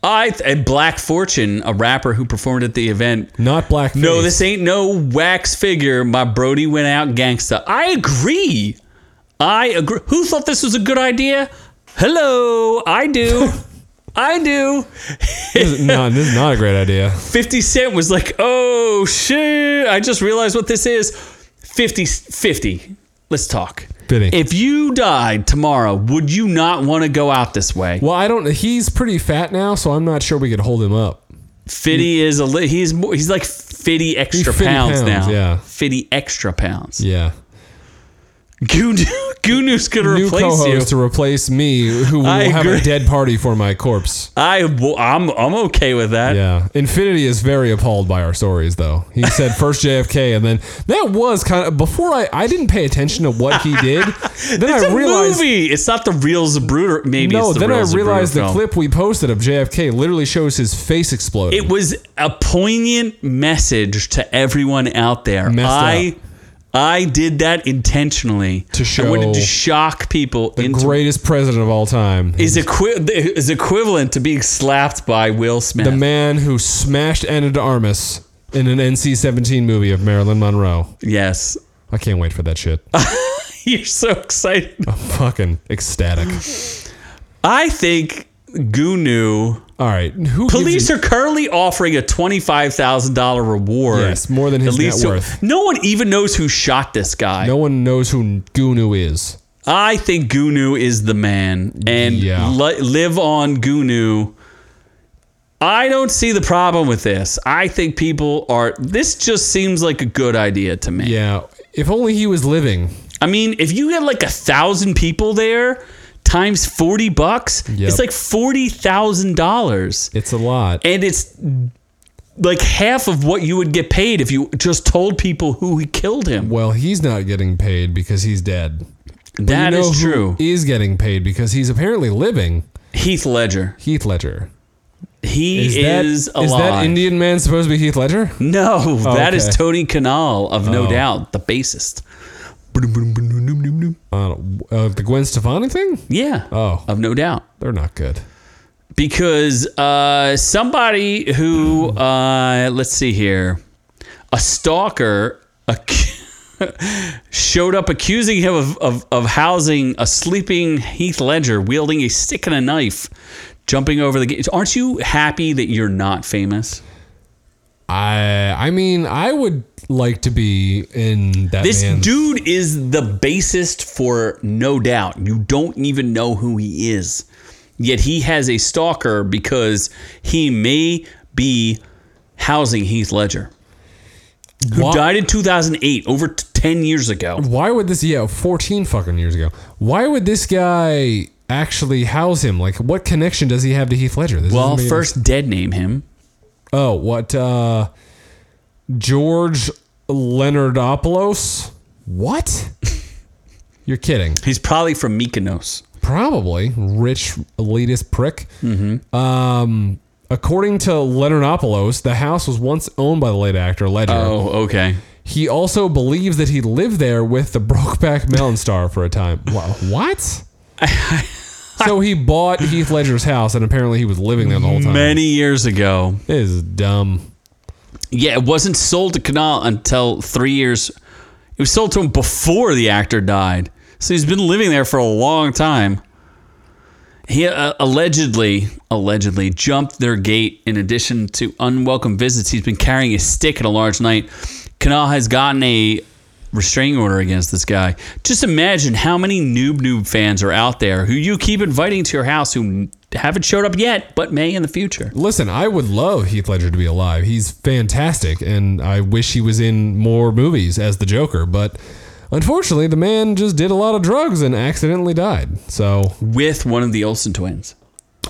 Speaker 1: I th- and Black Fortune, a rapper who performed at the event,
Speaker 2: Not black.
Speaker 1: No, this ain't no wax figure. My Brody went out gangsta. I agree. I agree. Who thought this was a good idea? Hello, I do. I do.
Speaker 2: is, no, this is not a great idea.
Speaker 1: 50 Cent was like, oh shit, I just realized what this is. 50, 50. Let's talk.
Speaker 2: Fitting.
Speaker 1: If you died tomorrow, would you not want to go out this way?
Speaker 2: Well, I don't. He's pretty fat now, so I'm not sure we could hold him up.
Speaker 1: Fitty is a li- he's more, he's like 50 extra
Speaker 2: 50
Speaker 1: pounds,
Speaker 2: pounds,
Speaker 1: now.
Speaker 2: yeah.
Speaker 1: 50 extra pounds.
Speaker 2: Yeah.
Speaker 1: Goon, Goonu's going to
Speaker 2: New
Speaker 1: replace you.
Speaker 2: co-host to replace me, who will
Speaker 1: I
Speaker 2: have
Speaker 1: agree.
Speaker 2: a dead party for my corpse.
Speaker 1: I, well, I'm, I'm okay with that.
Speaker 2: Yeah, Infinity is very appalled by our stories, though. He said first JFK, and then that was kind of before I I didn't pay attention to what he did. Then
Speaker 1: It's
Speaker 2: I
Speaker 1: a
Speaker 2: realized.
Speaker 1: movie. It's not the real Zabruder. Maybe
Speaker 2: No,
Speaker 1: it's the
Speaker 2: then
Speaker 1: real
Speaker 2: I
Speaker 1: Zapruder
Speaker 2: realized the
Speaker 1: film.
Speaker 2: clip we posted of JFK literally shows his face exploding.
Speaker 1: It was a poignant message to everyone out there.
Speaker 2: Messed
Speaker 1: I I did that intentionally
Speaker 2: To
Speaker 1: I wanted to
Speaker 2: show
Speaker 1: shock people into
Speaker 2: Greatest president of all time.
Speaker 1: is equi- is equivalent to being slapped by Will Smith.
Speaker 2: the man who smashed Anna de Armas in an NC-17 movie of Marilyn Monroe.
Speaker 1: yes.
Speaker 2: I can't wait for that shit.
Speaker 1: You're so excited.
Speaker 2: I'm fucking ecstatic.
Speaker 1: I think Gunu
Speaker 2: All right, who gives
Speaker 1: police
Speaker 2: a-
Speaker 1: are currently offering a $25,000 reward.
Speaker 2: Yes, more than his
Speaker 1: At least
Speaker 2: net
Speaker 1: to-
Speaker 2: worth.
Speaker 1: No one even knows who shot this guy.
Speaker 2: No one knows who Gunu is.
Speaker 1: I think Gunu is the man, and
Speaker 2: Yeah.
Speaker 1: li- live on Gunu. I don't see the problem with this. I think people are. This just seems like a good idea to me.
Speaker 2: Yeah, if only he was living.
Speaker 1: I mean, if you get like a thousand people there, times forty bucks,
Speaker 2: Yep.
Speaker 1: it's like forty thousand dollars,
Speaker 2: It's a lot.
Speaker 1: and it's like half of what you would get paid if you just told people who killed him.
Speaker 2: well, he's not getting paid because he's dead.
Speaker 1: That
Speaker 2: You know
Speaker 1: is
Speaker 2: who
Speaker 1: true.
Speaker 2: Is getting paid because he's apparently living.
Speaker 1: Heath Ledger.
Speaker 2: Heath Ledger.
Speaker 1: He is,
Speaker 2: that
Speaker 1: alive.
Speaker 2: is that Indian man supposed to be Heath Ledger?
Speaker 1: No, that is
Speaker 2: okay.
Speaker 1: Tony Kanal of No
Speaker 2: Oh.
Speaker 1: Doubt, the bassist.
Speaker 2: Uh, uh, the Gwen Stefani thing?
Speaker 1: Yeah.
Speaker 2: Oh.
Speaker 1: Of No Doubt.
Speaker 2: They're not good.
Speaker 1: Because uh, somebody who, uh, let's see here, a stalker ac- showed up accusing him of, of, of housing a sleeping Heath Ledger wielding a stick and a knife, jumping over the gate. Aren't you happy that you're not famous?
Speaker 2: I I mean I would like to be in that
Speaker 1: This
Speaker 2: man's-
Speaker 1: dude is the bassist for No Doubt. You don't even know who he is. Yet he has a stalker because he may be housing Heath Ledger, who
Speaker 2: Why-
Speaker 1: died in 2008, over t- 10 years ago.
Speaker 2: Why would this? Yeah, fourteen fucking years ago. Why would this guy actually house him? Like, what connection does he have to Heath Ledger? This
Speaker 1: Well,
Speaker 2: doesn't make any
Speaker 1: first dead name him.
Speaker 2: Oh, what? Uh, George Leonardopoulos? What? You're kidding.
Speaker 1: He's probably from Mykonos.
Speaker 2: Probably. Rich elitist prick. Mm-hmm. Um, according to Leonardopoulos, the house was once owned by the late actor Ledger.
Speaker 1: Oh, okay.
Speaker 2: He also believes that he lived there with the Brokeback Mountain star for a time. Wha- What? so he bought Heath Ledger's house, and apparently he was living there the whole time.
Speaker 1: Many years ago.
Speaker 2: This is dumb.
Speaker 1: Yeah, it wasn't sold to Canal until three years. It was sold to him before the actor died, so he's been living there for a long time. He uh, allegedly, allegedly jumped their gate. In addition to unwelcome visits, he's been carrying a stick at a large night. Canal has gotten a restraining order against this guy. Just imagine how many noob noob fans are out there who you keep inviting to your house who haven't showed up yet, but may in the future.
Speaker 2: Listen, I would love Heath Ledger to be alive. He's fantastic, and I wish he was in more movies as the Joker, but unfortunately, the man just did a lot of drugs and accidentally died. So,
Speaker 1: With one of the Olsen twins.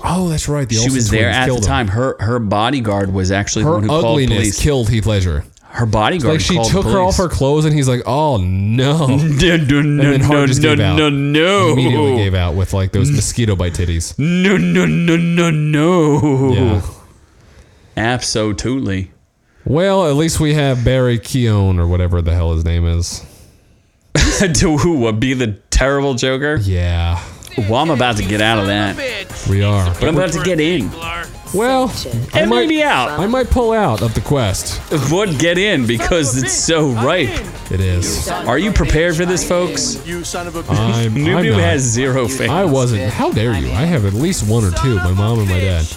Speaker 2: oh, that's right. The
Speaker 1: she
Speaker 2: Olsen
Speaker 1: was there
Speaker 2: twins
Speaker 1: at the
Speaker 2: killed him.
Speaker 1: time. Her her bodyguard was actually the one
Speaker 2: Her
Speaker 1: who called
Speaker 2: ugliness
Speaker 1: police.
Speaker 2: killed Heath Ledger.
Speaker 1: her bodyguard
Speaker 2: Like she
Speaker 1: called
Speaker 2: took
Speaker 1: police.
Speaker 2: her off her clothes, and he's like, "Oh no!"
Speaker 1: No, no, no,
Speaker 2: then Hart
Speaker 1: no,
Speaker 2: just
Speaker 1: no,
Speaker 2: gave out.
Speaker 1: no, no,
Speaker 2: Immediately gave out with like those mosquito bite titties.
Speaker 1: no, no, no, no, no.
Speaker 2: Yeah.
Speaker 1: Absolutely.
Speaker 2: Well, at least we have Barry Keown or whatever the hell his name is.
Speaker 1: to who would be the terrible Joker?
Speaker 2: Yeah,
Speaker 1: Well, I'm about to get out of that.
Speaker 2: we are.
Speaker 1: But I'm about to get in
Speaker 2: Well, I
Speaker 1: and
Speaker 2: might-
Speaker 1: maybe out.
Speaker 2: I might pull out of the quest.
Speaker 1: Would get in because it's so ripe.
Speaker 2: It is.
Speaker 1: Are you prepared for this, folks?
Speaker 3: You son
Speaker 2: Uh,
Speaker 3: of a bitch.
Speaker 2: I'm,
Speaker 1: New
Speaker 2: I'm
Speaker 1: New
Speaker 2: not.
Speaker 1: has zero faith.
Speaker 2: I wasn't. How dare you? I have at least one or two. My mom and my dad.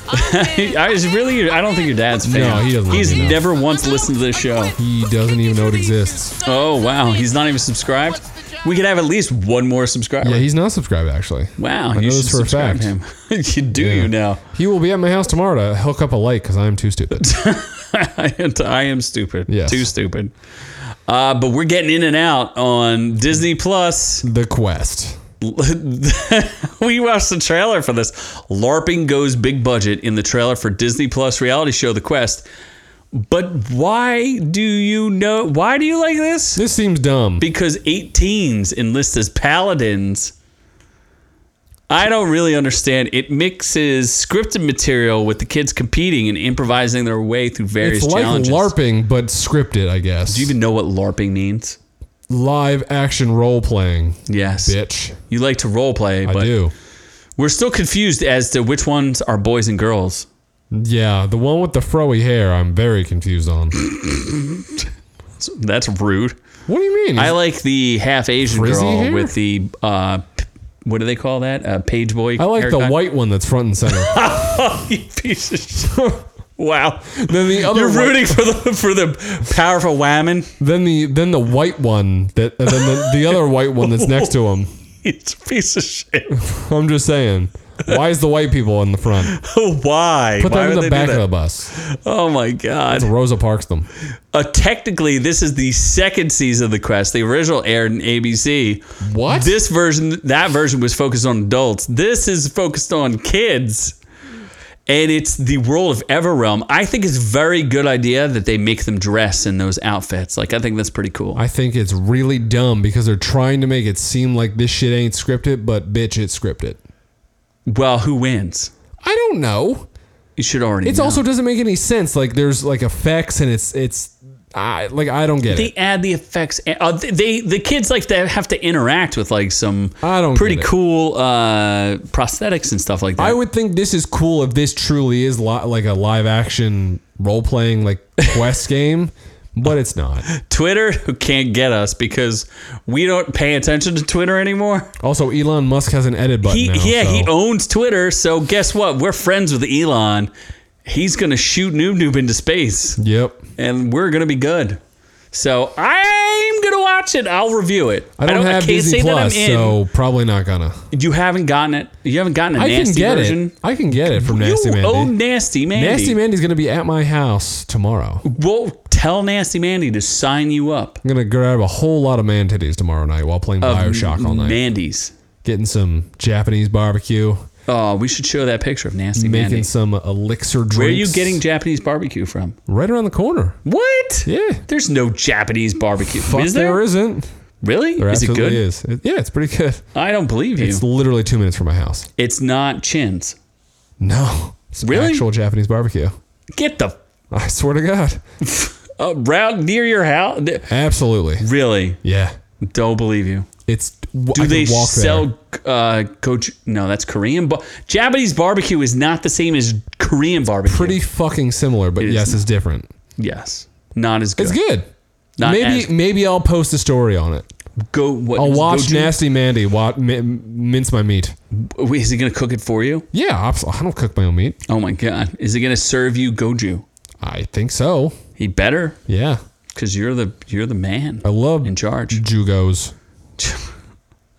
Speaker 1: I was really. I don't think your dad's fan.
Speaker 2: No, he doesn't
Speaker 1: He's
Speaker 2: listen to us.
Speaker 1: never once listened to this show.
Speaker 2: He doesn't even know it exists.
Speaker 1: Oh wow, he's not even subscribed. We could have at least one more subscriber.
Speaker 2: Yeah, he's not subscribed actually.
Speaker 1: wow,
Speaker 2: I
Speaker 1: you
Speaker 2: know
Speaker 1: should
Speaker 2: this for a
Speaker 1: subscribe
Speaker 2: fact.
Speaker 1: him. you do
Speaker 2: Yeah.
Speaker 1: you now?
Speaker 2: He will be at my house tomorrow to hook up a light because I'm too stupid.
Speaker 1: I am- I am stupid.
Speaker 2: Yes.
Speaker 1: Too stupid. Uh, but we're getting in and out on Disney Plus.
Speaker 2: The Quest.
Speaker 1: we watched the trailer for this. LARPing goes big budget in the trailer for Disney Plus reality show The Quest. But why do you know? Why do you like this?
Speaker 2: This seems dumb.
Speaker 1: because 18s enlist as paladins. I don't really understand. It mixes scripted material with the kids competing and improvising their way through various
Speaker 2: It's like
Speaker 1: challenges.
Speaker 2: LARPing, but scripted, I guess.
Speaker 1: Do you even know what LARPing means?
Speaker 2: Live action role playing,
Speaker 1: Yes.
Speaker 2: bitch.
Speaker 1: You like to role play,
Speaker 2: I
Speaker 1: but
Speaker 2: do.
Speaker 1: we're still confused as to which ones are boys and girls.
Speaker 2: Yeah, the one with the froey hair, I'm very confused on.
Speaker 1: So That's rude.
Speaker 2: what do you mean?
Speaker 1: I like the half Asian
Speaker 2: Frizzy
Speaker 1: girl
Speaker 2: hair?
Speaker 1: with the uh, p- what do they call that? Uh, page boy.
Speaker 2: I like the
Speaker 1: haircut.
Speaker 2: white one that's front and center.
Speaker 1: You piece of shit. Wow.
Speaker 2: then the other
Speaker 1: You're
Speaker 2: white-
Speaker 1: rooting for the for the powerful whammon.
Speaker 2: Then the then the white one that and then the, the other white one that's next to him.
Speaker 1: It's a piece of shit.
Speaker 2: I'm just saying. Why is the white people in the front?
Speaker 1: Why?
Speaker 2: Put
Speaker 1: Why
Speaker 2: them in
Speaker 1: would they
Speaker 2: the
Speaker 1: do
Speaker 2: back of
Speaker 1: that?
Speaker 2: the bus.
Speaker 1: Oh my god.
Speaker 2: Rosa parks them.
Speaker 1: Uh, technically, this is the second season of the Quest. The original aired in ABC.
Speaker 2: What?
Speaker 1: This version, that version, was focused on adults. This is focused on kids. And it's the world of Everrealm. I think it's a very good idea that they make them dress in those outfits. Like I think that's pretty cool.
Speaker 2: I think it's really dumb because they're trying to make it seem like this shit ain't scripted, but bitch, it's scripted.
Speaker 1: Well, who wins?
Speaker 2: I don't know.
Speaker 1: You should already.
Speaker 2: It
Speaker 1: know.
Speaker 2: also doesn't make any sense. Like there's like effects and it's it's I like I don't get
Speaker 1: they
Speaker 2: it.
Speaker 1: add the effects. Uh, they the kids like to have to interact with like some
Speaker 2: I don't
Speaker 1: pretty
Speaker 2: get it.
Speaker 1: cool uh, prosthetics and stuff like that.
Speaker 2: I would think this is cool if this truly is li- like a live action role playing like quest game, but it's not.
Speaker 1: Twitter can't get us because we don't pay attention to Twitter anymore.
Speaker 2: Also, Elon Musk has an edit button
Speaker 1: He
Speaker 2: now.
Speaker 1: yeah he
Speaker 2: so-
Speaker 1: owns Twitter, so guess what? We're friends with Elon. He's gonna shoot Noob Noob into space,
Speaker 2: Yep.
Speaker 1: and we're gonna be good. So I'm gonna watch it. I'll review it.
Speaker 2: I don't, have Disney Plus, so probably not gonna.
Speaker 1: You haven't gotten it. You haven't gotten a
Speaker 2: I
Speaker 1: nasty
Speaker 2: can get
Speaker 1: version.
Speaker 2: it. I can get it from Nasty
Speaker 1: you
Speaker 2: Mandy.
Speaker 1: owe Nasty Mandy.
Speaker 2: Nasty Mandy's gonna be at my house tomorrow. I'm
Speaker 1: Well, tell Nasty Mandy to sign you up.
Speaker 2: gonna grab a whole lot of man titties tomorrow night while playing Bioshock all night,
Speaker 1: Mandy's.
Speaker 2: getting some Japanese barbecue,
Speaker 1: Oh, we should show that picture of Nasty Mandy.
Speaker 2: making some elixir drinks.
Speaker 1: Where are you getting Japanese barbecue from?
Speaker 2: Right around the corner.
Speaker 1: What?
Speaker 2: Yeah.
Speaker 1: There's no Japanese barbecue.
Speaker 2: Fuck,
Speaker 1: is there?
Speaker 2: there isn't.
Speaker 1: Really?
Speaker 2: There
Speaker 1: is it
Speaker 2: absolutely
Speaker 1: good?
Speaker 2: is. It- yeah, it's pretty good.
Speaker 1: I don't believe you.
Speaker 2: It's
Speaker 1: It's,
Speaker 2: literally two minutes from my house.
Speaker 1: not chins.
Speaker 2: No, it's
Speaker 1: Really?
Speaker 2: actual Japanese barbecue.
Speaker 1: Get the
Speaker 2: I swear to God.
Speaker 1: uh, round near your house. Th-
Speaker 2: Absolutely.
Speaker 1: Really?
Speaker 2: Yeah.
Speaker 1: Don't believe you.
Speaker 2: It's
Speaker 1: Do they sell uh, coach? No, that's Korean. But Japanese barbecue is not the same as Korean barbecue.
Speaker 2: pretty fucking similar, but
Speaker 1: is
Speaker 2: yes, it's different.
Speaker 1: Yes. Not as good.
Speaker 2: It's good.
Speaker 1: Not
Speaker 2: maybe
Speaker 1: as-
Speaker 2: maybe I'll post a story on it.
Speaker 1: Go. What,
Speaker 2: I'll watch
Speaker 1: goju-
Speaker 2: Nasty Mandy wa- mi- mince my meat.
Speaker 1: Wait, is he gonna cook it for you?
Speaker 2: Yeah, abs- I don't cook my own meat.
Speaker 1: Oh my god, is he gonna serve you goju?
Speaker 2: I think so.
Speaker 1: He better,
Speaker 2: Yeah,
Speaker 1: cause you're the you're the man.
Speaker 2: I love
Speaker 1: in charge.
Speaker 2: jugos.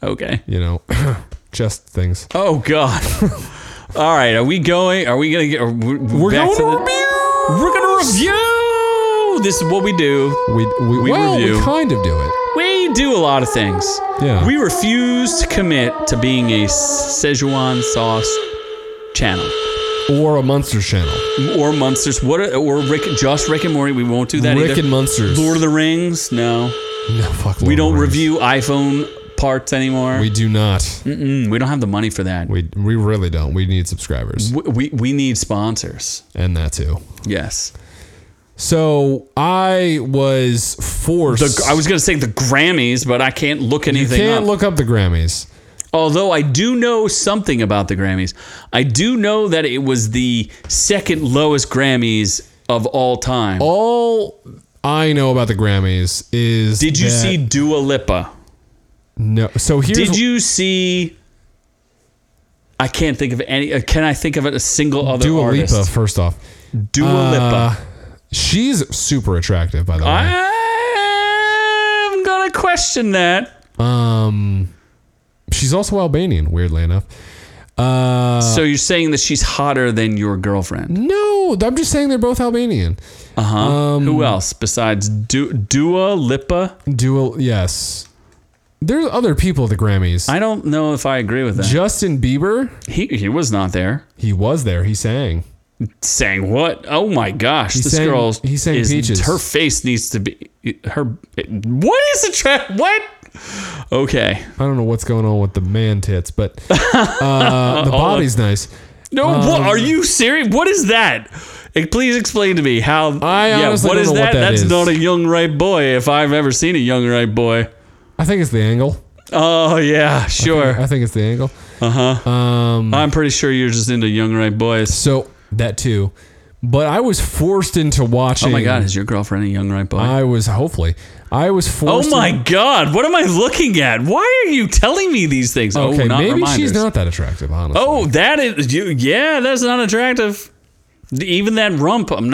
Speaker 1: Okay.
Speaker 2: You know, just things.
Speaker 1: Oh god. All right, are we going? Are we gonna get? Are we,
Speaker 2: We're
Speaker 1: back
Speaker 2: going to,
Speaker 1: the-
Speaker 2: review.
Speaker 1: We're gonna review. This is what we do.
Speaker 2: We we,
Speaker 1: We
Speaker 2: well,
Speaker 1: review.
Speaker 2: we kind of do it.
Speaker 1: We do a lot of things.
Speaker 2: Yeah.
Speaker 1: We refuse to commit to being a Szechuan sauce channel
Speaker 2: Or a Munsters channel.
Speaker 1: or Munsters. What? Are, or Rick? Just Rick and Morty. We won't do that
Speaker 2: Rick
Speaker 1: either.
Speaker 2: and Munsters.
Speaker 1: Lord of the Rings. No.
Speaker 2: no, fuck.
Speaker 1: We don't review iPhone parts anymore.
Speaker 2: We
Speaker 1: We,
Speaker 2: do not.
Speaker 1: we don't have the money for that. We,
Speaker 2: We we really don't. We need subscribers
Speaker 1: we, we need sponsors.
Speaker 2: and that too.
Speaker 1: Yes.
Speaker 2: So I was forced.
Speaker 1: The, I was going to say the Grammys, but I can't look
Speaker 2: you
Speaker 1: anything
Speaker 2: can't
Speaker 1: up.
Speaker 2: look up the Grammys.
Speaker 1: Although I do know something about the Grammys. I do know that it was the second lowest Grammys of all time.
Speaker 2: All I know about the Grammys is
Speaker 1: Did you
Speaker 2: that-
Speaker 1: see Dua Lipa?
Speaker 2: no? So here's
Speaker 1: Did you see. I can't think of any. uh, Can I think of a single other
Speaker 2: Dua
Speaker 1: artist?
Speaker 2: Lipa first off.
Speaker 1: Dua
Speaker 2: Uh,
Speaker 1: Lipa.
Speaker 2: she's super attractive by the way.
Speaker 1: I'm gonna question that.
Speaker 2: Um, she's also Albanian, weirdly enough. Uh, Mm-hmm.
Speaker 1: so you're saying that she's hotter than your girlfriend?
Speaker 2: no, No, I'm just saying they're both Albanian.
Speaker 1: Uh huh.
Speaker 2: Um,
Speaker 1: Who else besides du- Dua Lipa?
Speaker 2: Dual, yes. There's other people at the Grammys.
Speaker 1: I don't know if I agree with that.
Speaker 2: Justin Bieber,
Speaker 1: he he was not there.
Speaker 2: he was there. He sang.
Speaker 1: Saying what? Oh my gosh! this
Speaker 2: sang-
Speaker 1: girl.
Speaker 2: he sang
Speaker 1: is-
Speaker 2: Peaches.
Speaker 1: Her face needs to be her. What is the trap? What? Okay.
Speaker 2: I don't know what's going on with the man tits, but uh, the body's nice.
Speaker 1: No.
Speaker 2: Um,
Speaker 1: what? Are you serious? What is that? Eh, Please explain to me how.
Speaker 2: I honestly don't know what that
Speaker 1: That's
Speaker 2: is.
Speaker 1: not a young right boy. If I've ever seen a young right boy.
Speaker 2: I think it's the angle.
Speaker 1: Oh yeah, sure.
Speaker 2: I think it's the angle. Hmm.
Speaker 1: I'm pretty sure you're just into young right boys.
Speaker 2: So that too. But I was forced into watching.
Speaker 1: Oh my god, is your girlfriend a young right boy?
Speaker 2: Hmm. I was hopefully. I was
Speaker 1: oh
Speaker 2: forced.
Speaker 1: my god, what am I looking at? Why are you telling me these things?
Speaker 2: In, okay,
Speaker 1: oh, not
Speaker 2: maybe she's
Speaker 1: reminders.
Speaker 2: not that attractive. Honestly.
Speaker 1: Oh, that is you. Yeah, that's not attractive. Even that rump, I'm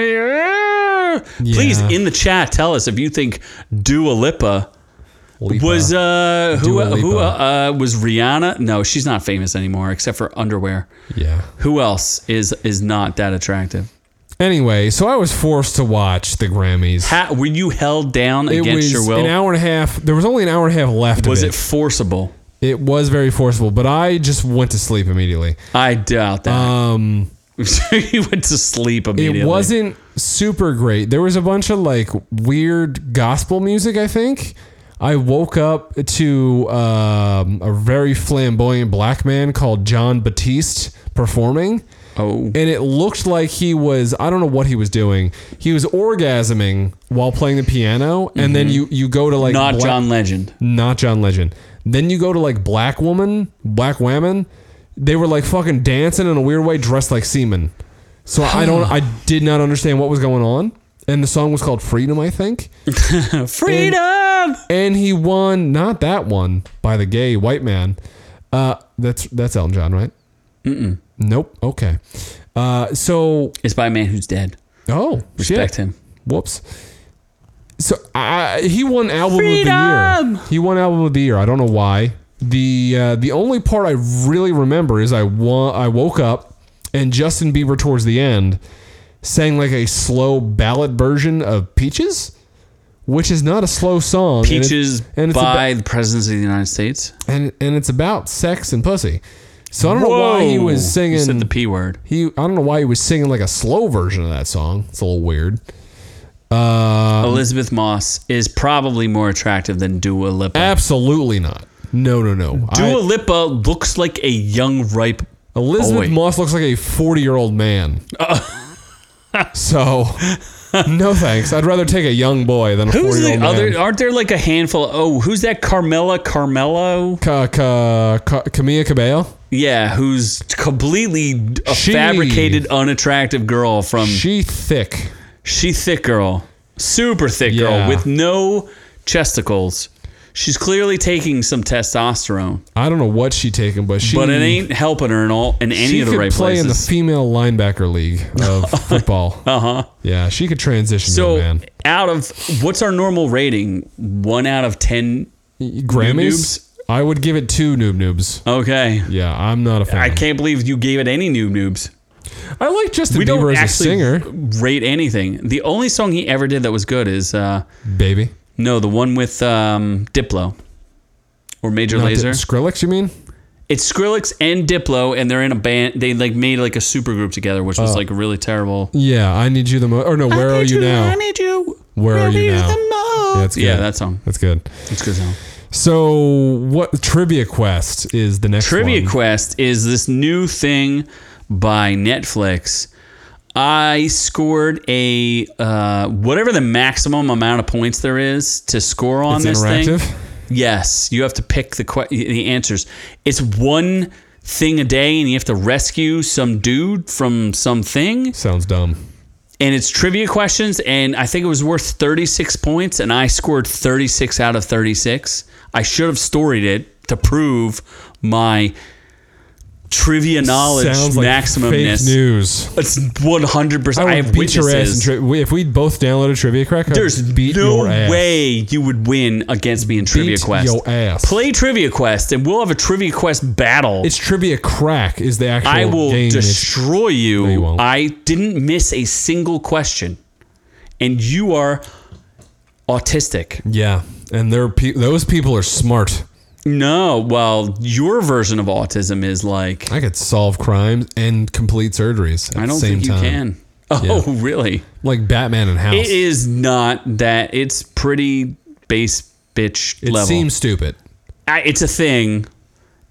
Speaker 1: not. Please,
Speaker 2: Yeah.
Speaker 1: in the chat, tell us if you think Dua Lipa
Speaker 2: Lipa.
Speaker 1: was uh who
Speaker 2: Dua
Speaker 1: who
Speaker 2: Lipa.
Speaker 1: uh was Rihanna? No, she's not famous anymore except for underwear.
Speaker 2: yeah.
Speaker 1: Who else is is not that attractive?
Speaker 2: Anyway, so I was forced to watch the Grammys.
Speaker 1: Ha were you held down
Speaker 2: it
Speaker 1: against
Speaker 2: was
Speaker 1: your will?
Speaker 2: an hour and a half. There was only an hour and a half left.
Speaker 1: was
Speaker 2: of
Speaker 1: it forcible?
Speaker 2: it? It was very forcible, but I just went to sleep immediately.
Speaker 1: I doubt that.
Speaker 2: Um,
Speaker 1: you went to sleep immediately.
Speaker 2: it wasn't super great. There was a bunch of like weird gospel music. I think I woke up to um, a very flamboyant black man called John Batiste performing.
Speaker 1: Oh.
Speaker 2: and it looked like he was I don't know what he was doing. He was orgasming while playing the piano, and then you you go to like
Speaker 1: Mm-hmm. Not
Speaker 2: black-
Speaker 1: John Legend.
Speaker 2: not John Legend. Then you go to like Black Woman, Black Women. They were like fucking dancing in a weird way, dressed like seamen. So I don't, I did not understand what was going on. And the song was called Freedom, I think.
Speaker 1: Freedom.
Speaker 2: And he won, not that one, by the gay white man. Uh, that's that's Elton John, right? Mm-mm. Nope. Okay. Uh, so
Speaker 1: It's by a man who's dead.
Speaker 2: oh
Speaker 1: Respect
Speaker 2: shit.
Speaker 1: him.
Speaker 2: Whoops. So I, I- he won album of the
Speaker 1: Freedom!
Speaker 2: year. He won album of the year. I don't know why. The uh, the only part I really remember is I wa- I woke up and Justin Bieber towards the end sang like a slow ballad version of Peaches, which is not a slow song. and it-
Speaker 1: Peaches
Speaker 2: and it's
Speaker 1: by the presidents of the United States.
Speaker 2: and and it's about sex and pussy. So I don't know why Oh, he
Speaker 1: Whoa.
Speaker 2: was singing
Speaker 1: You said the P word.
Speaker 2: he I don't know why he was singing like a slow version of that song. It's a little weird. Uh,
Speaker 1: Elizabeth Moss is probably more attractive than Dua Lipa.
Speaker 2: Absolutely not. No, no, no.
Speaker 1: Dua
Speaker 2: I,
Speaker 1: Lipa looks like a young, ripe.
Speaker 2: Elizabeth
Speaker 1: Boy.
Speaker 2: Moss looks like a 40 year old man. so, no thanks. I'd rather take a young boy than a 40
Speaker 1: Who's
Speaker 2: year
Speaker 1: the
Speaker 2: old man.
Speaker 1: other? Aren't there like a handful? oh, who's that? Carmela Carmelo?
Speaker 2: Ca- ca- ca- Camilla Cabello?
Speaker 1: Yeah, who's completely a
Speaker 2: She-
Speaker 1: fabricated, unattractive girl from
Speaker 2: She thick.
Speaker 1: She thick girl, super thick
Speaker 2: Yeah.
Speaker 1: girl with no chesticles. She's clearly taking some testosterone,
Speaker 2: I don't know what she taking, but she
Speaker 1: but it ain't helping her in all in any
Speaker 2: she
Speaker 1: of the
Speaker 2: could
Speaker 1: right
Speaker 2: play in the
Speaker 1: places.
Speaker 2: female linebacker league of football.
Speaker 1: uh huh.
Speaker 2: Yeah, she could transition to a
Speaker 1: So
Speaker 2: man.
Speaker 1: out of what's our normal rating? One out of ten.
Speaker 2: Grammys? I would give it two noob noobs.
Speaker 1: Okay.
Speaker 2: Yeah, I'm not a fan.
Speaker 1: I can't believe you gave it any noob noobs.
Speaker 2: I like Justin
Speaker 1: We
Speaker 2: Bieber
Speaker 1: don't
Speaker 2: as a
Speaker 1: actually
Speaker 2: singer,
Speaker 1: rate anything. The only song he ever did that was good is uh,
Speaker 2: baby.
Speaker 1: no, the one with um, Diplo or Major
Speaker 2: Not
Speaker 1: Laser.
Speaker 2: that- Skrillex, you mean?
Speaker 1: It's Skrillex and Diplo, and they're in a band. They like made like a super group together, which was like really terrible.
Speaker 2: Yeah, I need you the most. Or no, Oh. where are you now?
Speaker 1: I need you.
Speaker 2: Where are you now? Yeah,
Speaker 1: now?
Speaker 2: that's good.
Speaker 1: Yeah, that song.
Speaker 2: That's good.
Speaker 1: It's a good song.
Speaker 2: So, what trivia quest is the next
Speaker 1: Trivia
Speaker 2: one.
Speaker 1: Quest is this new thing by Netflix. I scored a uh, whatever the maximum amount of points there is to score on
Speaker 2: It's
Speaker 1: this
Speaker 2: interactive?
Speaker 1: thing. Yes, you have to pick the que- the answers. It's one thing a day, and you have to rescue some dude from something.
Speaker 2: Sounds dumb.
Speaker 1: and it's trivia questions and i think it was worth 36 points and i scored 36 out of 36 i should have storied it to prove my trivia knowledge
Speaker 2: Sounds like
Speaker 1: maximumness.
Speaker 2: fake news.
Speaker 1: It's 100%. I,
Speaker 2: I, would
Speaker 1: have
Speaker 2: beat
Speaker 1: witnesses.
Speaker 2: your ass. In tri- we- if we both downloaded trivia crack, I'd
Speaker 1: There's
Speaker 2: beat
Speaker 1: no
Speaker 2: your ass.
Speaker 1: way you would win against me in Trivia
Speaker 2: Beat
Speaker 1: Quest.
Speaker 2: your ass.
Speaker 1: Play Trivia Quest, and we'll have a Trivia Quest battle.
Speaker 2: It's trivia crack is the actual
Speaker 1: I will
Speaker 2: game. It's-
Speaker 1: destroy you.
Speaker 2: you won't.
Speaker 1: I didn't miss a single question, and you are autistic.
Speaker 2: yeah, and they're pe- those people are smart.
Speaker 1: No, well, your version of autism is like
Speaker 2: I could solve crimes and complete surgeries at
Speaker 1: I
Speaker 2: the
Speaker 1: don't
Speaker 2: same
Speaker 1: think you
Speaker 2: time.
Speaker 1: can. Oh, really?
Speaker 2: Like Batman and House.
Speaker 1: It is not that. It's pretty base bitch
Speaker 2: It
Speaker 1: level.
Speaker 2: seems stupid.
Speaker 1: I, it's a thing,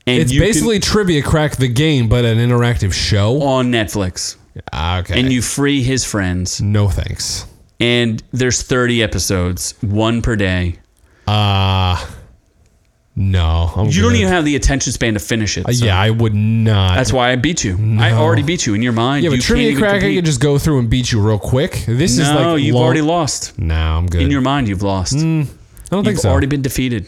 Speaker 1: and
Speaker 2: It's
Speaker 1: you can-
Speaker 2: basically trivia crack the game, but an interactive show. Ah,
Speaker 1: on Netflix.
Speaker 2: Okay.
Speaker 1: and you free his friends
Speaker 2: no thanks.
Speaker 1: and there's 30 episodes one per day
Speaker 2: Uh no. I'm
Speaker 1: you don't
Speaker 2: good. Uh,
Speaker 1: even have the attention span to finish it so
Speaker 2: yeah, I would not.
Speaker 1: that's why i beat you i already beat you in your mind
Speaker 2: yeah,
Speaker 1: you
Speaker 2: but trivia
Speaker 1: can't even
Speaker 2: crack, I
Speaker 1: compete.
Speaker 2: could just go through and beat you real quick. This is
Speaker 1: no
Speaker 2: like
Speaker 1: you've
Speaker 2: long-
Speaker 1: already lost
Speaker 2: No, I'm good.
Speaker 1: in your mind you've lost
Speaker 2: I don't think
Speaker 1: you've
Speaker 2: so.
Speaker 1: already been defeated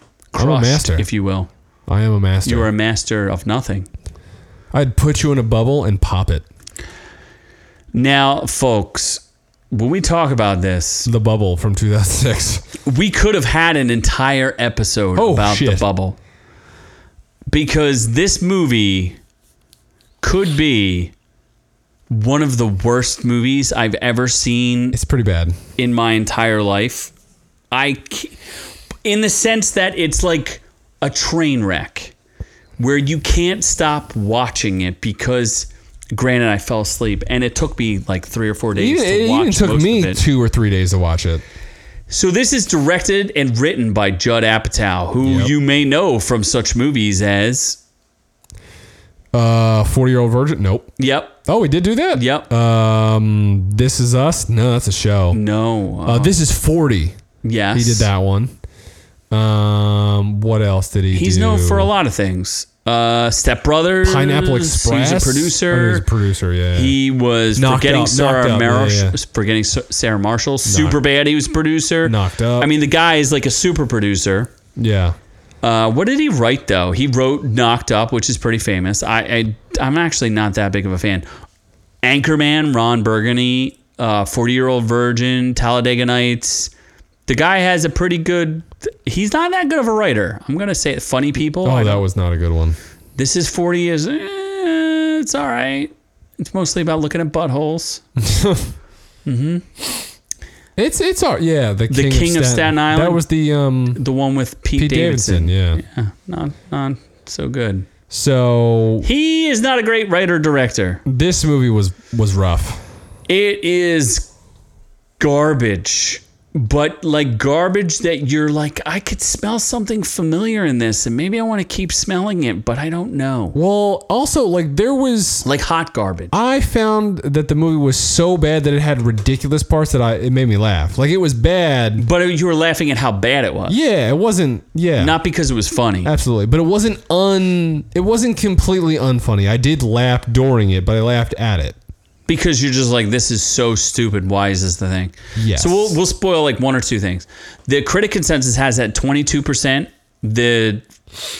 Speaker 2: a
Speaker 1: crushed
Speaker 2: master.
Speaker 1: if you will
Speaker 2: I am a master.
Speaker 1: you are a master of nothing
Speaker 2: I'd put you in a bubble and pop it.
Speaker 1: now folks when we talk about this
Speaker 2: The bubble from 2006.
Speaker 1: we could have had an entire episode
Speaker 2: Oh,
Speaker 1: about the
Speaker 2: shit.
Speaker 1: bubble because this movie could be one of the worst movies I've ever seen
Speaker 2: It's pretty bad.
Speaker 1: in my entire life. I, ca- in the sense that it's like a train wreck where you can't stop watching it because, granted, I fell asleep and it took me like three or four days
Speaker 2: Even,
Speaker 1: to
Speaker 2: it
Speaker 1: watch.
Speaker 2: even took
Speaker 1: most of
Speaker 2: me
Speaker 1: it.
Speaker 2: two or three days to watch it.
Speaker 1: So this is directed and written by Judd Apatow, who
Speaker 2: Yep.
Speaker 1: you may know from such movies as
Speaker 2: Uh, 40 year old virgin? Nope.
Speaker 1: Yep,
Speaker 2: Oh, we did do that?
Speaker 1: Yep.
Speaker 2: Um, This Is Us? No, that's a show.
Speaker 1: No,
Speaker 2: Uh, this is 40.
Speaker 1: yes,
Speaker 2: He did that one. Um, what else did he
Speaker 1: He's
Speaker 2: do?
Speaker 1: known for a lot of things. Uh, Step Brothers,
Speaker 2: Pineapple Express.
Speaker 1: He's a
Speaker 2: Oh, he's a
Speaker 1: producer.
Speaker 2: producer, yeah.
Speaker 1: He was
Speaker 2: Knocked
Speaker 1: forgetting
Speaker 2: Up,
Speaker 1: Sarah
Speaker 2: Knocked Up,
Speaker 1: Marshall.
Speaker 2: yeah, yeah.
Speaker 1: Forgetting Sa- Sarah Marshall. Super bad. He was producer.
Speaker 2: Knocked Up.
Speaker 1: I mean, the guy is like a super producer.
Speaker 2: yeah.
Speaker 1: Uh, what did he write though? He wrote "Knocked Up," which is pretty famous. I, I I'm actually not that big of a fan. Anchorman, Ron Burgundy, uh, Forty Year Old Virgin, Talladega Nights. The guy has a pretty good. He's not that good of a writer. I'm gonna say it. Funny people. I
Speaker 2: Oh, that
Speaker 1: don't-
Speaker 2: was not a good one.
Speaker 1: This is forty years. eh, it's all right. It's mostly about looking at buttholes.
Speaker 2: It's it's our yeah the king,
Speaker 1: King of
Speaker 2: of, Staten,
Speaker 1: Staten Island.
Speaker 2: That was the um
Speaker 1: The one with Pete,
Speaker 2: Pete Davidson,
Speaker 1: Davidson.
Speaker 2: yeah.
Speaker 1: Yeah, not not so good.
Speaker 2: So
Speaker 1: He is not a great writer director.
Speaker 2: this movie was was rough.
Speaker 1: It is garbage, but like garbage that you're like, I could smell something familiar in this, and maybe I want to keep smelling it, but I don't know.
Speaker 2: Well, also like there was
Speaker 1: Like hot garbage.
Speaker 2: I found that the movie was so bad that it had ridiculous parts that I it made me laugh. Like it was bad.
Speaker 1: But you were laughing at how bad it was,
Speaker 2: Yeah, it wasn't yeah. Uh,
Speaker 1: not because it was funny.
Speaker 2: Absolutely, but it wasn't un. It wasn't completely unfunny. I did laugh during it, but I laughed at it.
Speaker 1: because you're just like this is so stupid why is this the thing
Speaker 2: Yes.
Speaker 1: so we'll, we'll spoil like one or two things the critic consensus has it at 22% the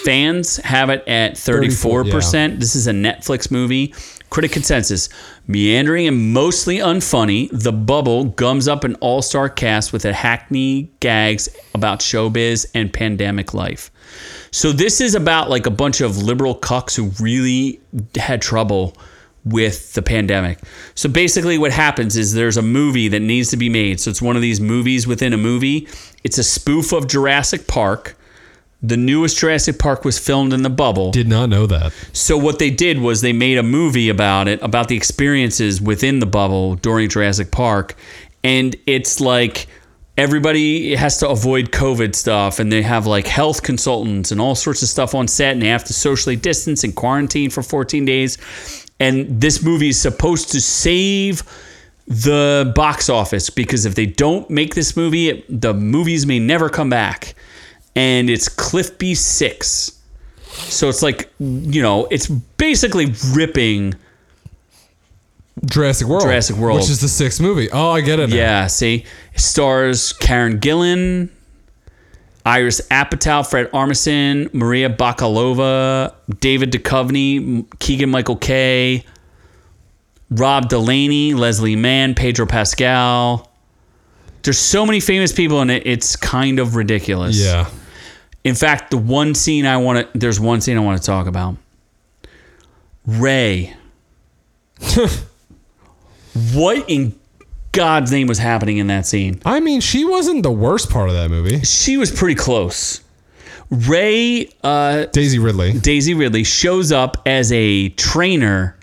Speaker 1: fans have it at 34%
Speaker 2: 34,
Speaker 1: this is a netflix movie critic consensus meandering and mostly unfunny the bubble gums up an all-star cast with a hackney gags about showbiz and pandemic life so this is about like a bunch of liberal cucks who really had trouble with the pandemic. So basically what happens is there's a movie that needs to be made. So it's one of these movies within a movie. It's a spoof of Jurassic Park. The newest Jurassic Park was filmed in the bubble.
Speaker 2: Did not know that.
Speaker 1: So what they did was they made a movie about it, about the experiences within the bubble during Jurassic Park, and it's like everybody has to avoid COVID stuff, and they have like health consultants and all sorts of stuff on set, and they have to socially distance and quarantine for 14 days. And this movie is supposed to save the box office because if they don't make this movie, it, the movies may never come back. And it's Cliff B six. So it's like, you know, it's basically ripping.
Speaker 2: Jurassic World.
Speaker 1: Jurassic World.
Speaker 2: which is the sixth movie. Oh, I get it. now.
Speaker 1: Yeah, see? It stars Karen Gillan. Iris Apatow, Fred Armisen, Maria Bakalova, David Duchovny, Keegan Michael Kay, Rob Delaney, Leslie Mann, Pedro Pascal. There's so many famous people in it. It's kind of ridiculous.
Speaker 2: Yeah.
Speaker 1: In fact, the one scene I want to there's one scene I want to talk about. Ray. what in God's name was happening in that scene?
Speaker 2: I mean, she wasn't the worst part of that movie.
Speaker 1: She was pretty close. Ray uh,
Speaker 2: Daisy Ridley.
Speaker 1: Daisy Ridley shows up as a trainer,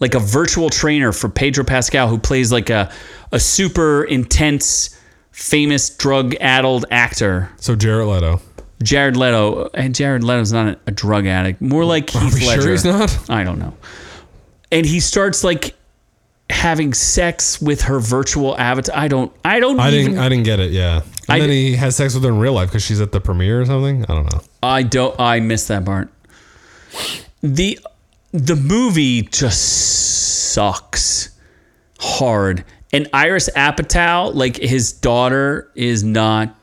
Speaker 1: like a virtual trainer for Pedro Pascal, who plays like a a super intense, famous drug-addled actor.
Speaker 2: So Jared Leto.
Speaker 1: Jared Leto, and Jared Leto's not a drug addict, more like Heath
Speaker 2: Are we
Speaker 1: Ledger.
Speaker 2: sure he's not?
Speaker 1: I don't know. And he starts like having sex with her virtual avatar. I don't. I don't
Speaker 2: I
Speaker 1: even.
Speaker 2: didn't. I didn't get it. Yeah. And
Speaker 1: I
Speaker 2: then
Speaker 1: di-
Speaker 2: he has sex with her in real life because she's at the premiere or something. I don't know.
Speaker 1: I don't. I missed that part. The the movie just sucks hard. And Iris Apatow, like his daughter, is not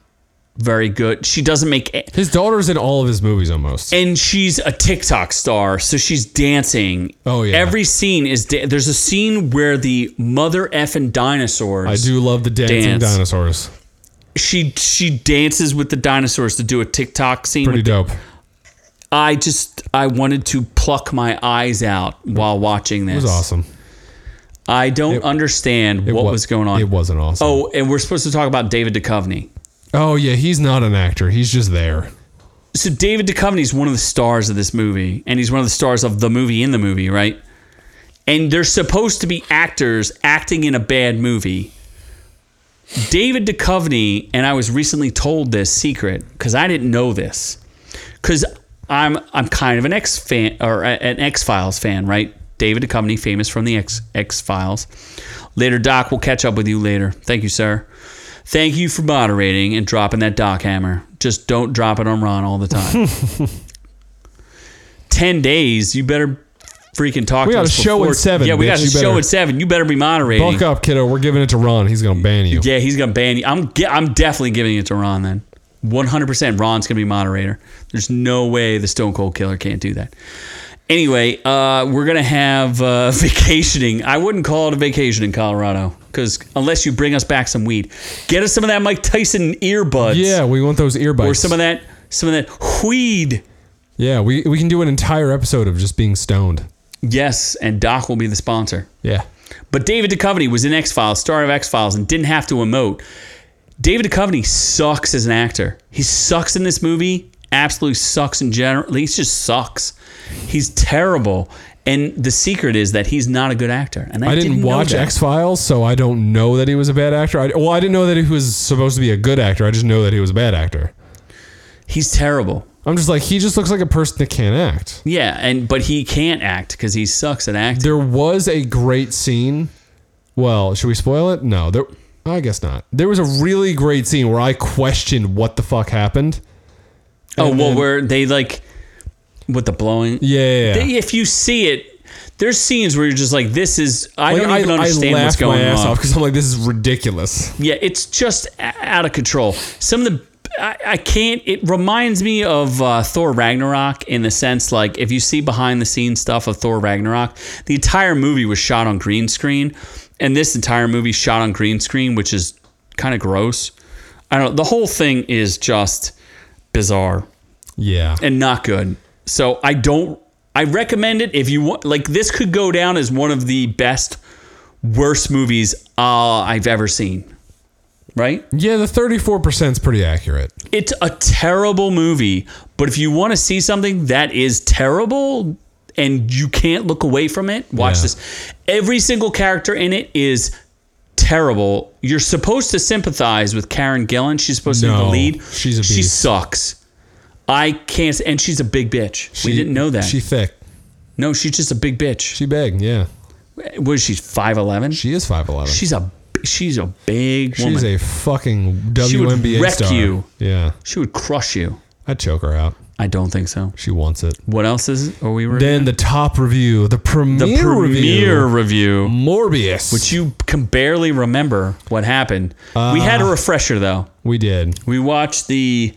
Speaker 1: very good. She doesn't make. a-
Speaker 2: His daughter's in all of his movies almost.
Speaker 1: and she's a TikTok star, so she's dancing.
Speaker 2: Oh, yeah.
Speaker 1: Every scene is da- there's a scene where the mother effing dinosaurs.
Speaker 2: I do love the dancing
Speaker 1: Dance.
Speaker 2: dinosaurs.
Speaker 1: She she dances with the dinosaurs to do a TikTok scene.
Speaker 2: Pretty dope.
Speaker 1: I just I wanted to pluck my eyes out while watching this.
Speaker 2: It was awesome.
Speaker 1: I don't understand
Speaker 2: It
Speaker 1: what
Speaker 2: wa-
Speaker 1: was going on.
Speaker 2: It wasn't awesome.
Speaker 1: Oh, and we're supposed to talk about David Duchovny.
Speaker 2: Oh yeah, he's not an actor. He's just there.
Speaker 1: So David Duchovny is one of the stars of this movie, and he's one of the stars of the movie in the movie, right? And they're supposed to be actors acting in a bad movie. David Duchovny, and I was recently told this secret because I didn't know this, because I'm I'm kind of an X fan or a- an X Files fan, right? David Duchovny, famous from the X X Files. Later, Doc, we'll catch up with you later. Thank you, sir. Thank you for moderating and dropping that dock hammer. Just don't drop it on Ron all the time. Ten days, you better freaking talk.
Speaker 2: We
Speaker 1: to
Speaker 2: got a
Speaker 1: us
Speaker 2: show at
Speaker 1: before-
Speaker 2: seven,
Speaker 1: Yeah, we
Speaker 2: bitch.
Speaker 1: got a
Speaker 2: You
Speaker 1: show
Speaker 2: better-
Speaker 1: at seven. You better be moderating.
Speaker 2: Buck up, kiddo. We're giving it to Ron. He's gonna ban you.
Speaker 1: Yeah, he's gonna ban you. I'm ge- I'm definitely giving it to Ron then. 100% Ron's gonna be moderator. There's no way the Stone Cold Killer can't do that. Anyway, uh, we're gonna have uh, vacationing. I wouldn't call it a vacation in Colorado because unless you bring us back some weed, get us some of that Mike Tyson earbuds.
Speaker 2: Yeah, we want those earbuds.
Speaker 1: or some of that some of that weed.
Speaker 2: yeah, we, we can do an entire episode of just being stoned.
Speaker 1: Yes, and Doc will be the sponsor.
Speaker 2: Yeah.
Speaker 1: But David Duchovny was in X Files, star of X Files, and didn't have to emote. David Duchovny sucks as an actor. He sucks in this movie. Absolutely sucks in general. He just sucks. He's terrible. And the secret is that he's not a good actor. And I,
Speaker 2: I didn't,
Speaker 1: know
Speaker 2: watch
Speaker 1: that.
Speaker 2: X Files, so I don't know that he was a bad actor. I, well, I didn't know that he was supposed to be a good actor. I just know that he was a bad actor.
Speaker 1: He's terrible.
Speaker 2: I'm just like he just looks like a person that can't act.
Speaker 1: Yeah, and but he can't act because he sucks at acting.
Speaker 2: There was a great scene. Well, should we spoil it? No, there. I guess not. There was a really great scene where I questioned what the fuck happened.
Speaker 1: oh
Speaker 2: and
Speaker 1: well,
Speaker 2: then-
Speaker 1: where they like with the blowing.
Speaker 2: Yeah, yeah, yeah.
Speaker 1: They- if you see it, there's scenes where you're just like, "This is I
Speaker 2: Like,
Speaker 1: don't even understand what's
Speaker 2: laughed
Speaker 1: going
Speaker 2: my ass
Speaker 1: on."
Speaker 2: off because I'm like, this is ridiculous.
Speaker 1: Yeah, it's just a- out of control. Some of the I, I can't. It reminds me of uh, Thor Ragnarok in the sense like if you see behind the scenes stuff of Thor Ragnarok, the entire movie was shot on green screen, and this entire movie shot on green screen, which is kind of gross. I don't. The whole thing is just bizarre
Speaker 2: Yeah.
Speaker 1: and not good. So I don't. I recommend it if you want. Like this could go down as one of the best, worst movies uh, I've ever seen. Right?
Speaker 2: Yeah, the 34% is pretty accurate.
Speaker 1: It's a terrible movie, but if you want to see something that is terrible and you can't look away from it, watch
Speaker 2: Yeah.
Speaker 1: this. Every single character in it is terrible. You're supposed to sympathize with Karen Gillan. She's supposed to be
Speaker 2: No,
Speaker 1: the lead.
Speaker 2: she's a
Speaker 1: She
Speaker 2: beast.
Speaker 1: sucks. I can't, and she's a big bitch. we
Speaker 2: She-
Speaker 1: didn't know that.
Speaker 2: She thick.
Speaker 1: No, she's just a big bitch.
Speaker 2: She big, yeah.
Speaker 1: What is she? Five eleven?
Speaker 2: She is 5'11.
Speaker 1: She's a she's a big woman.
Speaker 2: She's a fucking
Speaker 1: She would
Speaker 2: WNBA
Speaker 1: wreck
Speaker 2: star.
Speaker 1: you.
Speaker 2: Yeah.
Speaker 1: she would crush you.
Speaker 2: I'd choke her out.
Speaker 1: I don't think so.
Speaker 2: She wants it.
Speaker 1: What else is? Are we reviewing?
Speaker 2: Then the top review, the premiere,
Speaker 1: the premiere
Speaker 2: review.
Speaker 1: review,
Speaker 2: Morbius.
Speaker 1: which you can barely
Speaker 2: Ah.
Speaker 1: remember what happened. we had a refresher though.
Speaker 2: we did.
Speaker 1: We watched the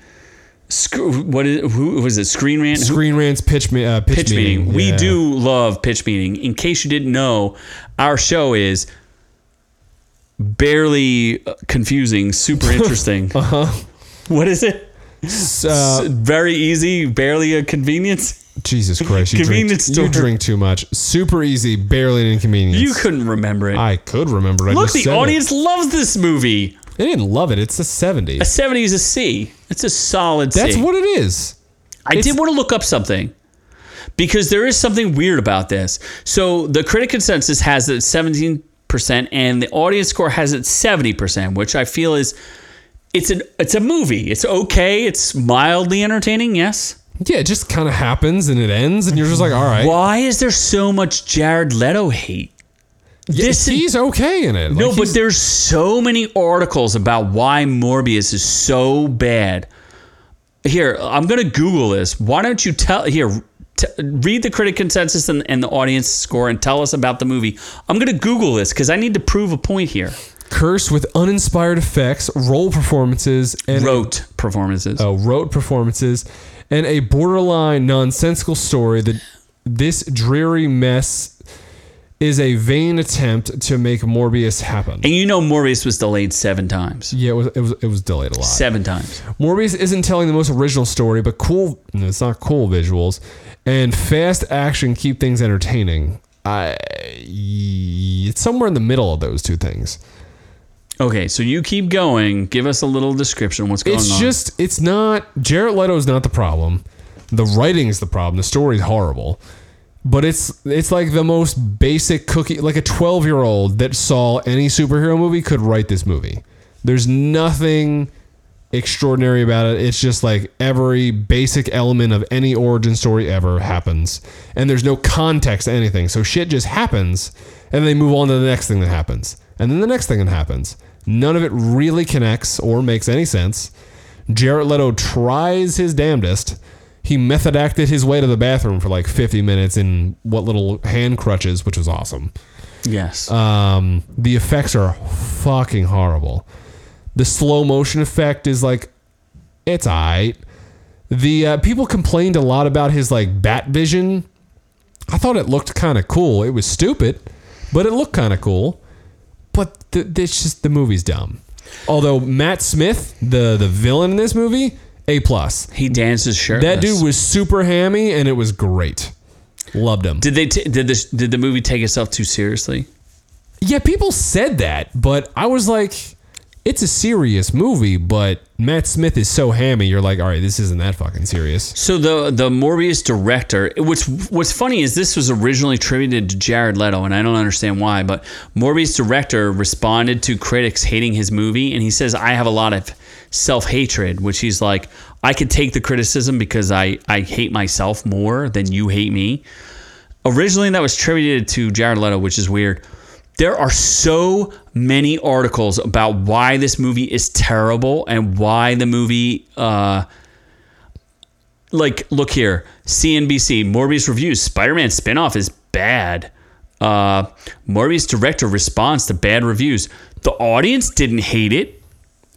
Speaker 1: Sc- what is who was it? Screen Rant. Who-
Speaker 2: Screen Rant's pitch, me- uh, pitch,
Speaker 1: pitch meeting. We
Speaker 2: yeah.
Speaker 1: do love pitch meeting. In case you didn't know, our show is barely uh, confusing, super interesting. uh-huh. What is it?
Speaker 2: S- uh,
Speaker 1: S- Very easy, barely a convenience.
Speaker 2: Jesus Christ, you drink,
Speaker 1: Convenience
Speaker 2: you
Speaker 1: store.
Speaker 2: drink too much. Super easy, barely an inconvenience.
Speaker 1: You couldn't remember it.
Speaker 2: I could remember. I
Speaker 1: Look,
Speaker 2: just
Speaker 1: the
Speaker 2: said it.
Speaker 1: audience loves this movie.
Speaker 2: They didn't love it. It's the
Speaker 1: A
Speaker 2: '70s.
Speaker 1: 70 is a C. It's a solid C.
Speaker 2: That's what it is.
Speaker 1: I did want to look up something because there is something weird about this. So the critic consensus has it seventeen percent, and the audience score has it seventy percent, which I feel is it's an it's a movie. It's okay. It's mildly entertaining. Yes.
Speaker 2: Yeah, it just kind of happens and it ends, and you're just like, all right.
Speaker 1: Why is there so much Jared Leto hate?
Speaker 2: Yeah,
Speaker 1: this is-
Speaker 2: he's okay in it. Like,
Speaker 1: No, but
Speaker 2: he's-
Speaker 1: there's so many articles about why Morbius is so bad. Here, I'm going to Google this. Why don't you tell here? T- read the critic consensus and, and the audience score and tell us about the movie. I'm going to Google this because I need to prove a point here.
Speaker 2: curse with uninspired effects, role performances, and
Speaker 1: Rote performances.
Speaker 2: uh, rote performances, and a borderline nonsensical story that this dreary mess is a vain attempt to make Morbius happen.
Speaker 1: And you know Morbius was delayed seven times.
Speaker 2: Yeah, it was, it was it was delayed a lot.
Speaker 1: Seven times.
Speaker 2: Morbius isn't telling the most original story, but cool. No, it's not cool visuals and fast action keep things entertaining. I it's somewhere in the middle of those two things.
Speaker 1: Okay, so you keep going. Give us a little description. What's going
Speaker 2: It's
Speaker 1: on?
Speaker 2: just it's not Jared Leto's not the problem. The writing's the problem. The story's horrible. But it's it's like the most basic cookie like a 12-year-old that saw any superhero movie could write this movie. There's nothing extraordinary about it. It's just like every basic element of any origin story ever happens. And there's no context to anything. So shit just happens and they move on to the next thing that happens. And then the next thing that happens. None of it really connects or makes any sense. Jared Leto tries his damnedest. He method acted his way to the bathroom for like 50 minutes in what little hand crutches, which was awesome.
Speaker 1: yes.
Speaker 2: Um, the effects are fucking horrible. The slow motion effect is like, it's aight. The uh, people complained a lot about his like bat vision. I thought it looked kind of cool. It was stupid, but it looked kind of cool. But th- it's just the movie's dumb. Although Matt Smith, the the villain in this movie, a plus.
Speaker 1: he dances shirtless.
Speaker 2: That dude was super hammy, and it was great. Loved him.
Speaker 1: Did they? T- did this? Did the movie take itself too seriously?
Speaker 2: Yeah, people said that, but I was like, it's a serious movie, but Matt Smith is so hammy, you're like, all right, this isn't that fucking serious.
Speaker 1: So the the Morbius director, what's what's funny is this was originally attributed to Jared Leto, and I don't understand why. But Morbius director responded to critics hating his movie, and he says, "I have a lot of self hatred," which he's like, "I could take the criticism because I I hate myself more than you hate me." Originally, that was attributed to Jared Leto, which is weird. There are so many articles about why this movie is terrible and why the movie. Uh, like look here cnbc morbius reviews spider-man spin-off is bad uh morbius director responds to bad reviews the audience didn't hate it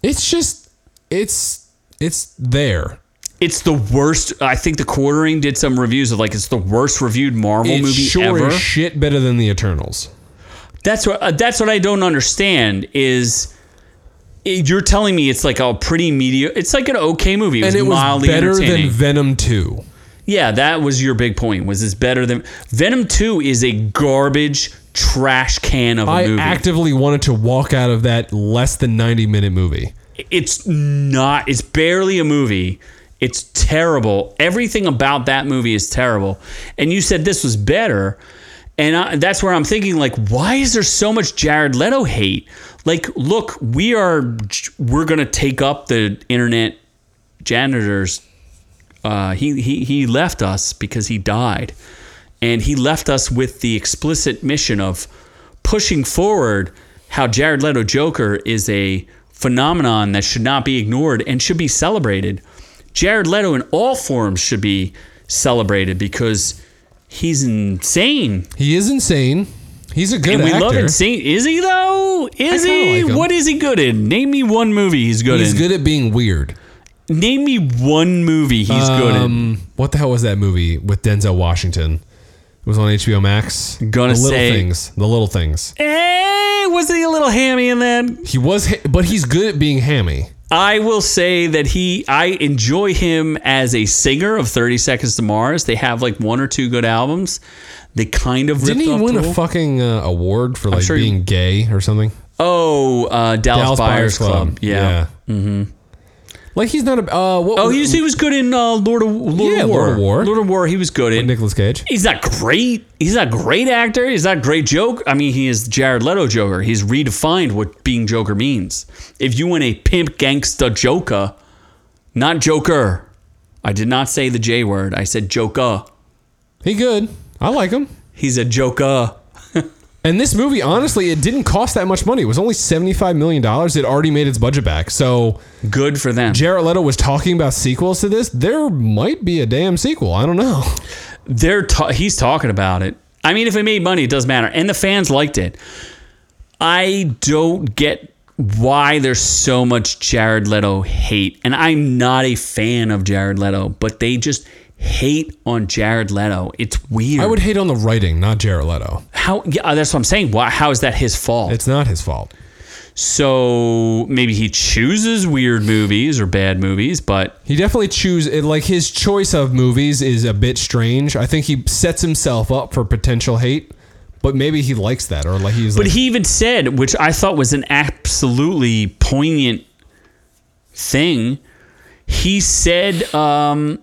Speaker 2: It's just, it's, it's there.
Speaker 1: it's the worst i think the quartering did some reviews of like it's the worst reviewed marvel
Speaker 2: It
Speaker 1: movie
Speaker 2: sure
Speaker 1: ever
Speaker 2: is shit better than the Eternals.
Speaker 1: that's what uh, that's what i don't understand is it- you're telling me it's like a pretty media it's like an okay movie it was,
Speaker 2: And it was
Speaker 1: mildly
Speaker 2: better than
Speaker 1: entertaining.
Speaker 2: Venom 2.
Speaker 1: Yeah, that was your big point. Was this better than Venom Two? Is a garbage trash can of a
Speaker 2: I
Speaker 1: movie.
Speaker 2: actively wanted to walk out of that less than 90 minute movie.
Speaker 1: it's not. It's barely a movie. It's terrible. Everything about that movie is terrible. And you said this was better, and I, that's where I'm thinking like, why is there so much Jared Leto hate? Like, look, we are we're gonna take up the internet janitors uh, he, he he left us because he died, and he left us with the explicit mission of pushing forward how Jared Leto Joker is a phenomenon that should not be ignored and should be celebrated. Jared Leto in all forms should be celebrated because he's insane,
Speaker 2: He is insane. He's a good
Speaker 1: and we
Speaker 2: actor.
Speaker 1: love insane. Is he though? Is
Speaker 2: I kinda
Speaker 1: he?
Speaker 2: like him.
Speaker 1: what is he good in? Name me one movie he's good
Speaker 2: He's
Speaker 1: in.
Speaker 2: good at being weird.
Speaker 1: Name me one movie he's good in.
Speaker 2: Um, what the hell was that movie with Denzel Washington? It was on HBO Max.
Speaker 1: Gonna
Speaker 2: the little
Speaker 1: say-
Speaker 2: things. The little things.
Speaker 1: Hey, wasn't he a little hammy in that?
Speaker 2: He was, ha- but he's good at being hammy.
Speaker 1: I will say that he, I enjoy him as a singer of 30 Seconds to Mars. They have like one or two good albums. They kind of ripped
Speaker 2: Didn't he
Speaker 1: off
Speaker 2: win
Speaker 1: Tool.
Speaker 2: a fucking uh, award for like
Speaker 1: sure he-
Speaker 2: being gay or something?
Speaker 1: oh, uh, Dallas, Buyers Club. Yeah.
Speaker 2: Mm-hmm. Like he's not a. Uh, what
Speaker 1: Oh,
Speaker 2: was-
Speaker 1: he was, he was good in uh, Lord of Lord
Speaker 2: Yeah,
Speaker 1: of War.
Speaker 2: Lord of War.
Speaker 1: Lord of War. He was good in.
Speaker 2: Nicolas Cage.
Speaker 1: He's not great. He's not a great actor. He's not a great joke. I mean, he is Jared Leto Joker. He's redefined what being Joker means. If you want a pimp gangsta Joker, not Joker. I did not say the J word. I said Joker.
Speaker 2: He good. I like him.
Speaker 1: He's a Joker.
Speaker 2: And this movie, honestly, it didn't cost that much money. It was only seventy-five million dollars. It already made its budget back. So
Speaker 1: Good for them.
Speaker 2: Jared Leto was talking about sequels to this. There might be a damn sequel. I don't know.
Speaker 1: They're ta- he's talking about it. I mean, if it made money, it doesn't matter. And the fans liked it. I don't get why there's so much Jared Leto hate. And I'm not a fan of Jared Leto, but they just hate on Jared Leto. It's weird.
Speaker 2: I would hate on the writing, not Jared Leto.
Speaker 1: how yeah, that's what I'm saying. Why, how is that his fault?
Speaker 2: It's not his fault.
Speaker 1: so maybe he chooses weird movies or bad movies, but
Speaker 2: He definitely choose it like his choice of movies is a bit strange. I think he sets himself up for potential hate, but maybe he likes that or like he's
Speaker 1: But
Speaker 2: like
Speaker 1: he even said, which I thought was an absolutely poignant thing. He said, um,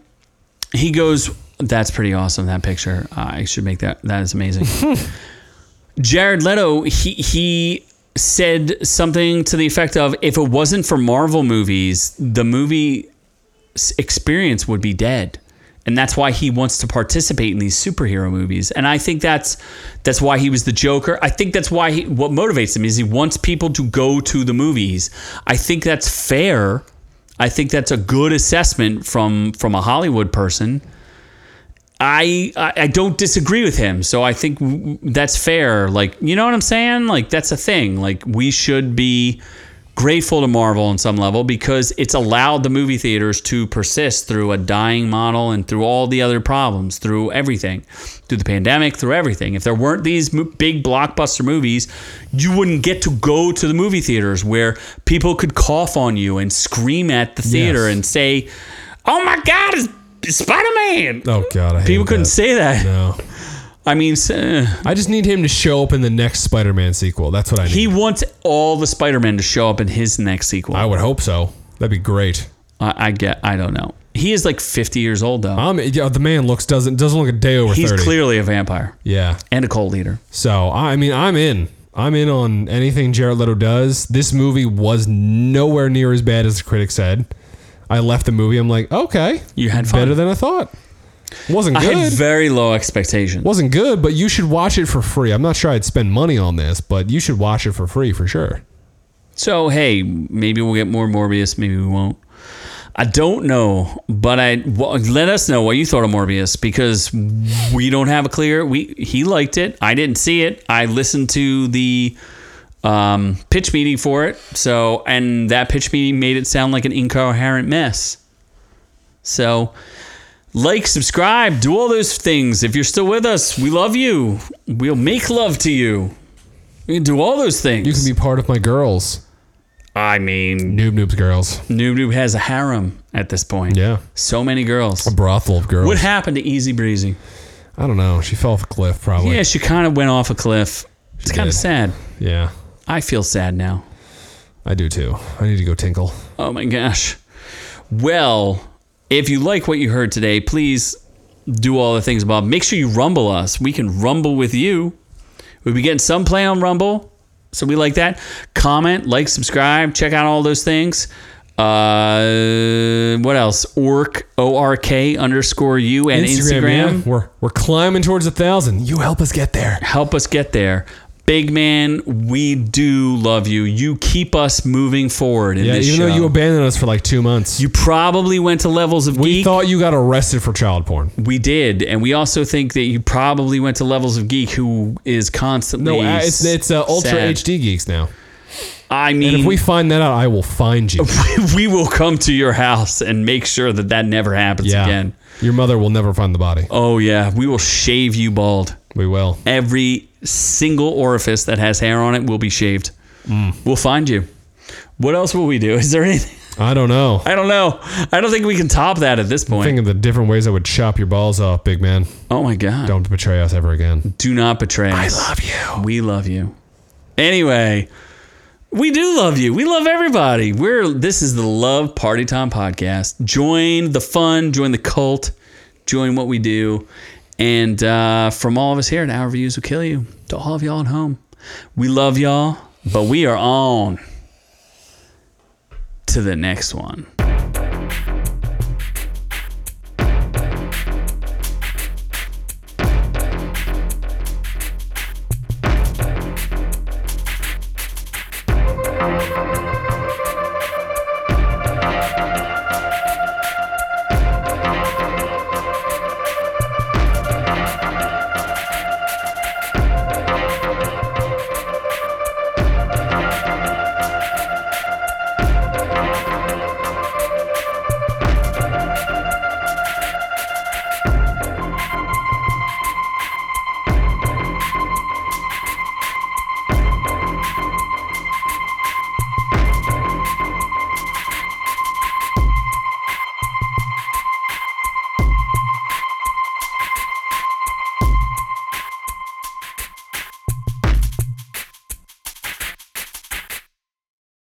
Speaker 1: he goes, "That's pretty awesome. That picture. I should make that. That is amazing." Jared Leto, he he said something to the effect of, "If it wasn't for Marvel movies, the movie s- experience would be dead." And that's why he wants to participate in these superhero movies. And I think that's that's why he was the Joker. I think that's why he, what motivates him is he wants people to go to the movies. I think that's fair. I think that's a good assessment from from a Hollywood person. I I I don't disagree with him, so I think w- w- that's fair. Like you know what I'm saying? Like that's a thing. Like we should be grateful to Marvel on some level because it's allowed the movie theaters to persist through a dying model and through all the other problems, through everything, through the pandemic, through everything. If there weren't these mo- big blockbuster movies, you wouldn't get to go to the movie theaters where people could cough on you and scream at the theater
Speaker 2: Yes.
Speaker 1: and say, "Oh my God, it's Spider Man!"
Speaker 2: oh god, I hate
Speaker 1: People couldn't
Speaker 2: that.
Speaker 1: say that.
Speaker 2: no.
Speaker 1: I mean, s- eh.
Speaker 2: I just need him to show up in the next Spider-Man sequel. That's what I need.
Speaker 1: he wants all the Spider-Man to show up in his next sequel.
Speaker 2: I
Speaker 1: I,
Speaker 2: would hope so. That'd be great.
Speaker 1: I get. I don't know. He is like 50 years old though.
Speaker 2: Um, yeah, the man looks doesn't doesn't look a day over
Speaker 1: He's
Speaker 2: thirty.
Speaker 1: clearly a vampire
Speaker 2: Yeah.
Speaker 1: and a cult leader.
Speaker 2: So I mean, I'm in. I'm in on anything Jared Leto does. This movie was nowhere near as bad as the critics said. I left the movie. I'm like, okay,
Speaker 1: You had fun.
Speaker 2: better than I thought. Wasn't
Speaker 1: I
Speaker 2: good.
Speaker 1: had very low expectations.
Speaker 2: wasn't good, but you should watch it for free. I'm not sure I'd spend money on this, but you should watch it for free for sure.
Speaker 1: So hey, maybe we'll get more Morbius. Maybe we won't. I don't know, but I well, let us know what you thought of Morbius because we don't have a clear. We he liked it. I didn't see it. I listened to the um, pitch meeting for it. So and that pitch meeting made it sound like an incoherent mess. So like, subscribe, do all those things. If you're still with us, we love you. We'll make love to you. We can do all those things.
Speaker 2: You can be part of my girls,
Speaker 1: I mean,
Speaker 2: noob noobs girls.
Speaker 1: Noob Noob has a harem at this point.
Speaker 2: Yeah,
Speaker 1: So many girls.
Speaker 2: brothel of girls.
Speaker 1: What happened to Easy Breezy?
Speaker 2: I don't know. She fell off a cliff, probably.
Speaker 1: Yeah, she kind of went off a cliff. It's kind
Speaker 2: did.
Speaker 1: of sad.
Speaker 2: yeah,
Speaker 1: I feel sad now.
Speaker 2: I do too. I need to go tinkle.
Speaker 1: Oh my gosh. Well, if you like what you heard today, please do all the things Bob. Make sure you rumble us. We can rumble with you. We'll be getting some play on Rumble. So we like that. Comment, like, subscribe, check out all those things. Uh, what else? Orc O R K underscore U and Instagram.
Speaker 2: yeah. We're we're climbing towards a thousand. You help us get there.
Speaker 1: Help us get there. Big man, we do love you. You keep us moving forward in
Speaker 2: Yeah,
Speaker 1: this
Speaker 2: even though
Speaker 1: show.
Speaker 2: you abandoned us for like two months,
Speaker 1: you probably went to levels of
Speaker 2: we
Speaker 1: geek.
Speaker 2: thought you got arrested for child porn.
Speaker 1: We did, and we also think that you probably went to levels of geek who is constantly.
Speaker 2: No, uh, it's it's uh, ultra
Speaker 1: sad.
Speaker 2: HD geeks now.
Speaker 1: I mean,
Speaker 2: And if we find that out, I will find you.
Speaker 1: we will come to your house and make sure that that never happens again.
Speaker 2: Your mother will never find the body.
Speaker 1: Oh yeah, we will shave you bald.
Speaker 2: We will.
Speaker 1: Every single orifice that has hair on it will be shaved.
Speaker 2: Mm.
Speaker 1: We'll find you. What else will we do? Is there anything?
Speaker 2: I don't know.
Speaker 1: I don't know. I don't think we can top that at this point.
Speaker 2: Think of the different ways I would chop your balls off, big man.
Speaker 1: oh my god!
Speaker 2: Don't betray us ever again.
Speaker 1: Do not betray us.
Speaker 2: you.
Speaker 1: We love you. Anyway, we do love you. We love everybody. We're this is the Love Party Time podcast. Join the fun, join the cult, join what we do. And uh, from all of us here at Our Views Will Kill You, to all of y'all at home, we love y'all, but we are on to the next one.